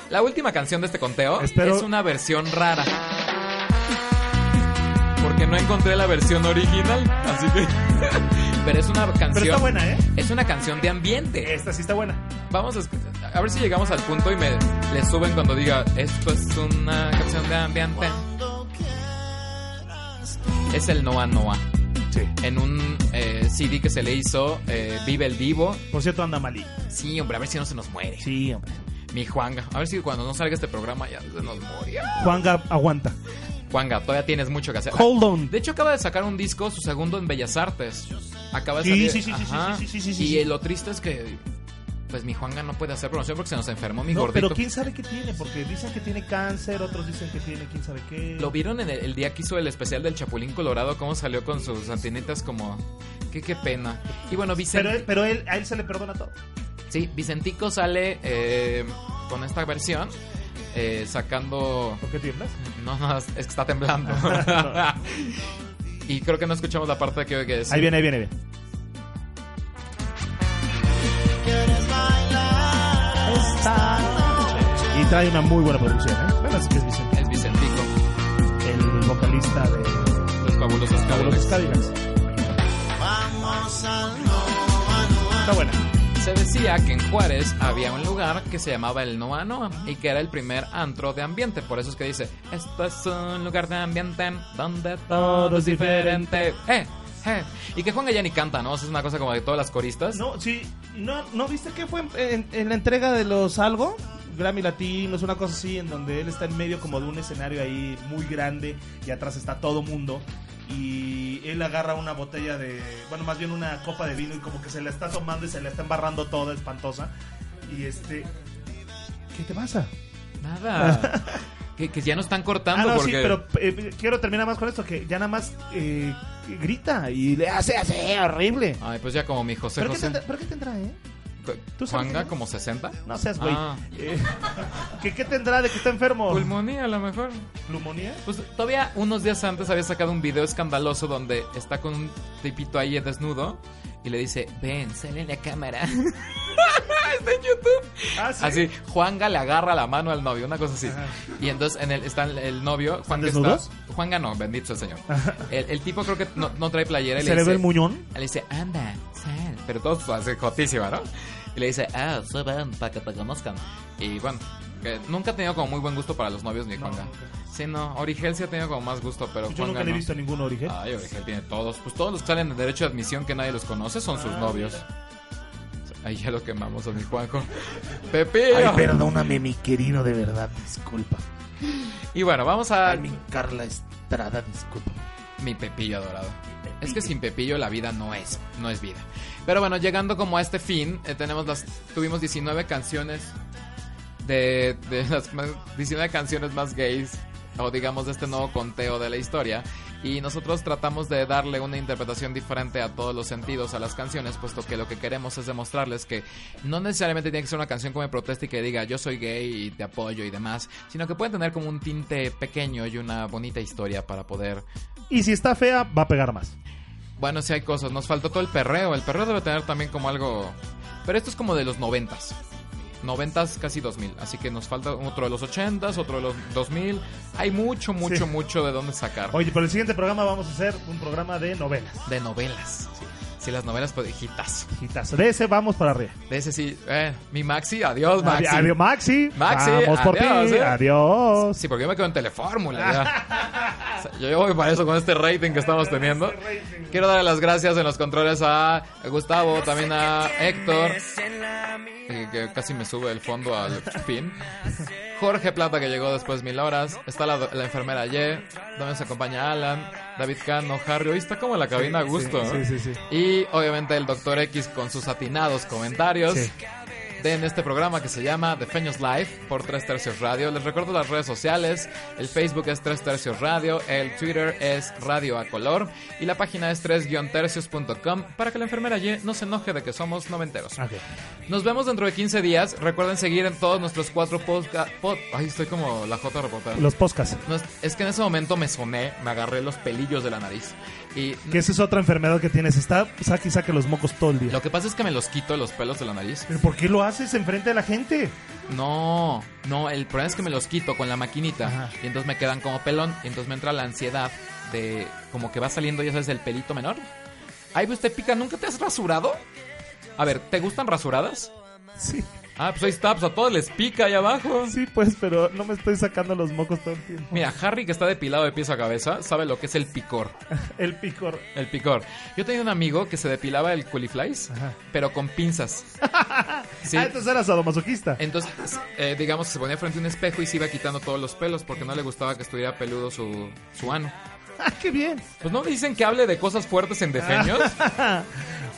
Speaker 3: La última canción de este conteo
Speaker 4: Espero-
Speaker 3: es una versión rara. Porque no encontré la versión original, así que... Pero es una canción...
Speaker 4: Pero está buena, ¿eh?
Speaker 3: Es una canción de ambiente.
Speaker 4: Esta sí está buena.
Speaker 3: Vamos a, escu- a ver si llegamos al punto y me le suben cuando diga esto es una canción de ambiente. Es el Noa Noa. En un eh, CD que se le hizo eh, Vive el Vivo.
Speaker 4: Por cierto, anda malí.
Speaker 3: Sí, hombre, a ver si no se nos muere.
Speaker 4: Sí, hombre.
Speaker 3: Mi Juanga. A ver si cuando no salga este programa ya se nos murió.
Speaker 4: Juanga, aguanta.
Speaker 3: Juanga, todavía tienes mucho que hacer.
Speaker 4: Hold on.
Speaker 3: De hecho, acaba de sacar un disco, su segundo en Bellas Artes. Acaba de
Speaker 4: Sí,
Speaker 3: salir.
Speaker 4: sí, sí, sí, sí,
Speaker 3: ajá.
Speaker 4: sí, sí, sí, sí,
Speaker 3: Y
Speaker 4: sí.
Speaker 3: eh, lo triste es que, pues mi Juanga no puede hacer promoción porque se nos enfermó mi
Speaker 4: No,
Speaker 3: gordito.
Speaker 4: pero quién sabe qué tiene, porque dicen que tiene cáncer, otros dicen que tiene quién sabe qué.
Speaker 3: ¿Lo vieron en el, el día que hizo el especial del Chapulín Colorado? ¿Cómo salió con sus antinitas como... Qué, qué pena. Y bueno,
Speaker 4: Pero,
Speaker 3: Vicente...
Speaker 4: pero él, a él se le perdona todo.
Speaker 3: Sí, Vicentico sale eh, con esta versión eh, sacando...
Speaker 4: ¿Por qué tiemblas?
Speaker 3: No, no, es es que está temblando. y creo que no escuchamos la parte que... que
Speaker 4: Ahí viene, ahí viene, ahí viene. Y trae una muy buena producción, ¿eh? Bueno, así que es Vicente,
Speaker 3: Es Vicentico,
Speaker 4: el vocalista de
Speaker 3: los fabulosos
Speaker 4: Los
Speaker 3: Cadillacs.
Speaker 4: Cadillacs. Está buena.
Speaker 3: Se decía que en Juárez había un lugar que se llamaba el Noa Noa y que era el primer antro de ambiente. Por eso es que dice, esto es un lugar de ambiente donde todo es diferente. Eh, eh. Y que Juan Gallani canta, ¿no? O sea, es una cosa como de todas las coristas.
Speaker 4: No, sí, ¿no, ¿no viste que fue en, en- en la entrega de los algo? Grammy Latinos, una cosa así, en donde él está en medio como de un escenario ahí muy grande y atrás está todo mundo. Y él agarra una botella de, bueno, más bien una copa de vino y como que se la está tomando y se la está embarrando toda espantosa. Y este... ¿Qué te pasa?
Speaker 3: Nada. que, que ya no están cortando
Speaker 4: ah, no,
Speaker 3: porque...
Speaker 4: sí, pero eh, quiero terminar más con esto, que ya nada más eh, grita y le hace así, horrible.
Speaker 3: Ay, pues ya como mi José
Speaker 4: ¿Pero,
Speaker 3: José.
Speaker 4: Qué tendrá, ¿Pero qué tendrá, eh? ¿Tú sabes
Speaker 3: Juanga
Speaker 4: qué?
Speaker 3: como 60.
Speaker 4: No seas güey.
Speaker 3: Ah.
Speaker 4: Eh, ¿qué, qué tendrá de que está enfermo?
Speaker 3: Pulmonía a lo mejor.
Speaker 4: ¿Plumonía?
Speaker 3: Pues todavía unos días antes había sacado un video escandaloso donde está con un tipito ahí desnudo y le dice, ven, sale en la cámara.
Speaker 4: Ah, sí.
Speaker 3: Así, Juanga le agarra la mano al novio, una cosa así. Y entonces en el, está el, el novio. Juanga está-
Speaker 4: desnudos?
Speaker 3: Juanga no, bendito sea el señor. El, el tipo creo que no, no trae playera. y
Speaker 4: ¿Se le
Speaker 3: dice-
Speaker 4: ve el muñón?
Speaker 3: Le dice, anda, sal. Pero todo así, jotísima, ¿no? Y le dice, ah, suban para que te conozcan. Y bueno, que nunca ha tenido como muy buen gusto para los novios ni Juanga. Sí, no, Origel sí ha tenido como más gusto, pero Ah.
Speaker 4: Yo
Speaker 3: Juanga
Speaker 4: nunca le he
Speaker 3: no.
Speaker 4: visto a ningún origen.
Speaker 3: Ay, Origel tiene todos. Pues todos los que salen de derecho de admisión que nadie los conoce son sus novios. Ahí ya lo quemamos a mi Juanjo. Pepillo.
Speaker 4: Ay, perdóname, mi querido, de verdad, disculpa.
Speaker 3: Y bueno, vamos a.
Speaker 4: Ay, mi Carla Estrada, disculpa.
Speaker 3: Mi Pepillo adorado. Es que sin Pepillo la vida no es, no es vida. Pero bueno, llegando como a este fin, eh, tenemos las, tuvimos 19 canciones de, de las más- 19 canciones más gays, o digamos de este nuevo conteo de la historia. Y nosotros tratamos de darle una interpretación diferente a todos los sentidos a las canciones, puesto que lo que queremos es demostrarles que no necesariamente tiene que ser una canción como me proteste y que diga yo soy gay y te apoyo y demás, sino que pueden tener como un tinte pequeño y una bonita historia para poder
Speaker 4: Y si está fea, va a pegar más.
Speaker 3: Bueno, sí hay cosas. Nos faltó todo el perreo. El perreo debe tener también como algo... Pero esto es como de los noventas. Noventas, casi 2000. Así que nos falta otro de los ochentas, otro de los 2000. Hay mucho, mucho, mucho de dónde sacar.
Speaker 4: Oye, para el siguiente programa vamos a hacer un programa de novelas.
Speaker 3: De novelas. Sí, Sí, las novelas, pues, hitas.
Speaker 4: De ese vamos para arriba.
Speaker 3: De ese sí. Eh, mi Maxi, adiós, Pues Maxi.
Speaker 4: Adi- adiós, Maxi.
Speaker 3: Maxi,
Speaker 4: Vamos por ti.
Speaker 3: adiós, eh.
Speaker 4: Adiós.
Speaker 3: Sí, porque yo me quedo en Telefórmula. ya. O sea, yo voy para eso con este rating
Speaker 4: Ah,
Speaker 3: que estamos teniendo.
Speaker 4: este
Speaker 3: Quiero darle las gracias en los controles a Gustavo, también a Héctor, eh, que, que casi me sube el fondo al fin. Jorge Plata, que llegó después mil horas. Está la, la enfermera Ye. También nos acompaña Alan, David Cano, Harry. Hoy está como la cabina a
Speaker 4: Sí,
Speaker 3: gusto.
Speaker 4: sí,
Speaker 3: ¿no?
Speaker 4: sí, sí.
Speaker 3: Y obviamente el Doctor X con sus atinados comentarios.
Speaker 4: Sí.
Speaker 3: De en este programa que se llama The Feños Live por Tres Tercios Radio. Les recuerdo las redes sociales. El Facebook es Tres Tercios Radio. El Twitter es Radio a Color. Y la página es 3-tercios.com para que la enfermera Ye no se enoje de que somos noventeros. Nos vemos dentro de 15 días. Recuerden seguir en todos nuestros cuatro podcasts. Ay, estoy como la J reportada.
Speaker 4: Los podcasts.
Speaker 3: No, es- es que en ese momento me soné, me agarré los pelillos de la nariz. Y
Speaker 4: Que esa es otra enfermedad que tienes. Está saque y saque los mocos todo el día.
Speaker 3: lo que pasa es que me los quito los pelos de la nariz.
Speaker 4: ¿Pero por qué lo haces enfrente de la gente?
Speaker 3: No, no, el problema es que me los quito con la maquinita y entonces me quedan como pelón y entonces me entra la ansiedad de como que va saliendo, ya sabes, el pelito menor. Ay, pues, usted pica, ¿nunca te has rasurado? A ver, ¿te gustan rasuradas?
Speaker 4: Sí.
Speaker 3: Ah, pues ahí está, pues a todos les pica ahí abajo.
Speaker 4: Sí, pues, pero no me estoy sacando los mocos todo el tiempo.
Speaker 3: Mira, Harry que está depilado de pies a cabeza sabe lo que es el picor.
Speaker 4: El picor.
Speaker 3: El picor. Yo tenía un amigo que se depilaba el culiflies, pero con pinzas. Sí.
Speaker 4: Ah, entonces eras sadomasoquista.
Speaker 3: Entonces, eh, digamos que se ponía frente a un espejo y se iba quitando todos los pelos porque no le gustaba que estuviera peludo su, su ano.
Speaker 4: ¡Ah, qué bien!
Speaker 3: Pues no dicen que hable de cosas fuertes en defeños.
Speaker 4: Ah.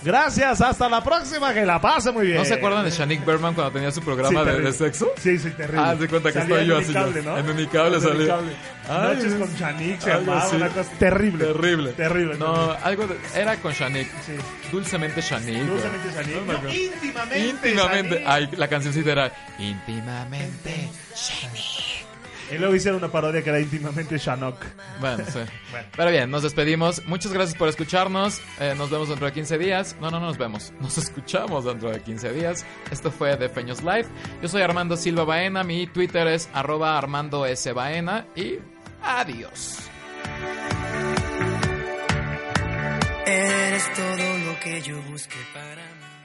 Speaker 4: Gracias, hasta la próxima. Que la pase muy bien.
Speaker 3: ¿No se acuerdan de Shanique Berman cuando tenía su programa
Speaker 4: Sí,
Speaker 3: de,
Speaker 4: terrible.
Speaker 3: de sexo?
Speaker 4: Sí, sí, terrible.
Speaker 3: Ah, se cuenta que
Speaker 4: Salía
Speaker 3: estoy yo
Speaker 4: en
Speaker 3: así. yo-
Speaker 4: Unicable, ¿no?
Speaker 3: En Unicable
Speaker 4: En
Speaker 3: salía.
Speaker 4: Unicable.
Speaker 3: Ay,
Speaker 4: Noches con Shanique, se
Speaker 3: algo
Speaker 4: llamaba,
Speaker 3: así.
Speaker 4: una cosa terrible.
Speaker 3: Terrible.
Speaker 4: Terrible,
Speaker 3: No, algo de- era con Shanique. Dulcemente Shanique. güey.
Speaker 4: Dulcemente Shanique.
Speaker 3: No me acuerdo.
Speaker 4: íntimamente.
Speaker 3: Íntimamente.
Speaker 4: Shanique.
Speaker 3: Ay, la cancioncita era íntimamente.
Speaker 4: Y luego hicieron una parodia que era íntimamente Shanok.
Speaker 3: Bueno, sí. Pero bien, nos despedimos. Muchas gracias por escucharnos. Eh, nos vemos dentro de 15 días. No, no, no nos vemos. Nos escuchamos dentro de 15 días. Esto fue De Peños Live. Yo soy Armando Silva Baena. Mi Twitter es arroba Armando S. Baena. Y adiós.
Speaker 2: Eres todo lo que yo busqué para mí.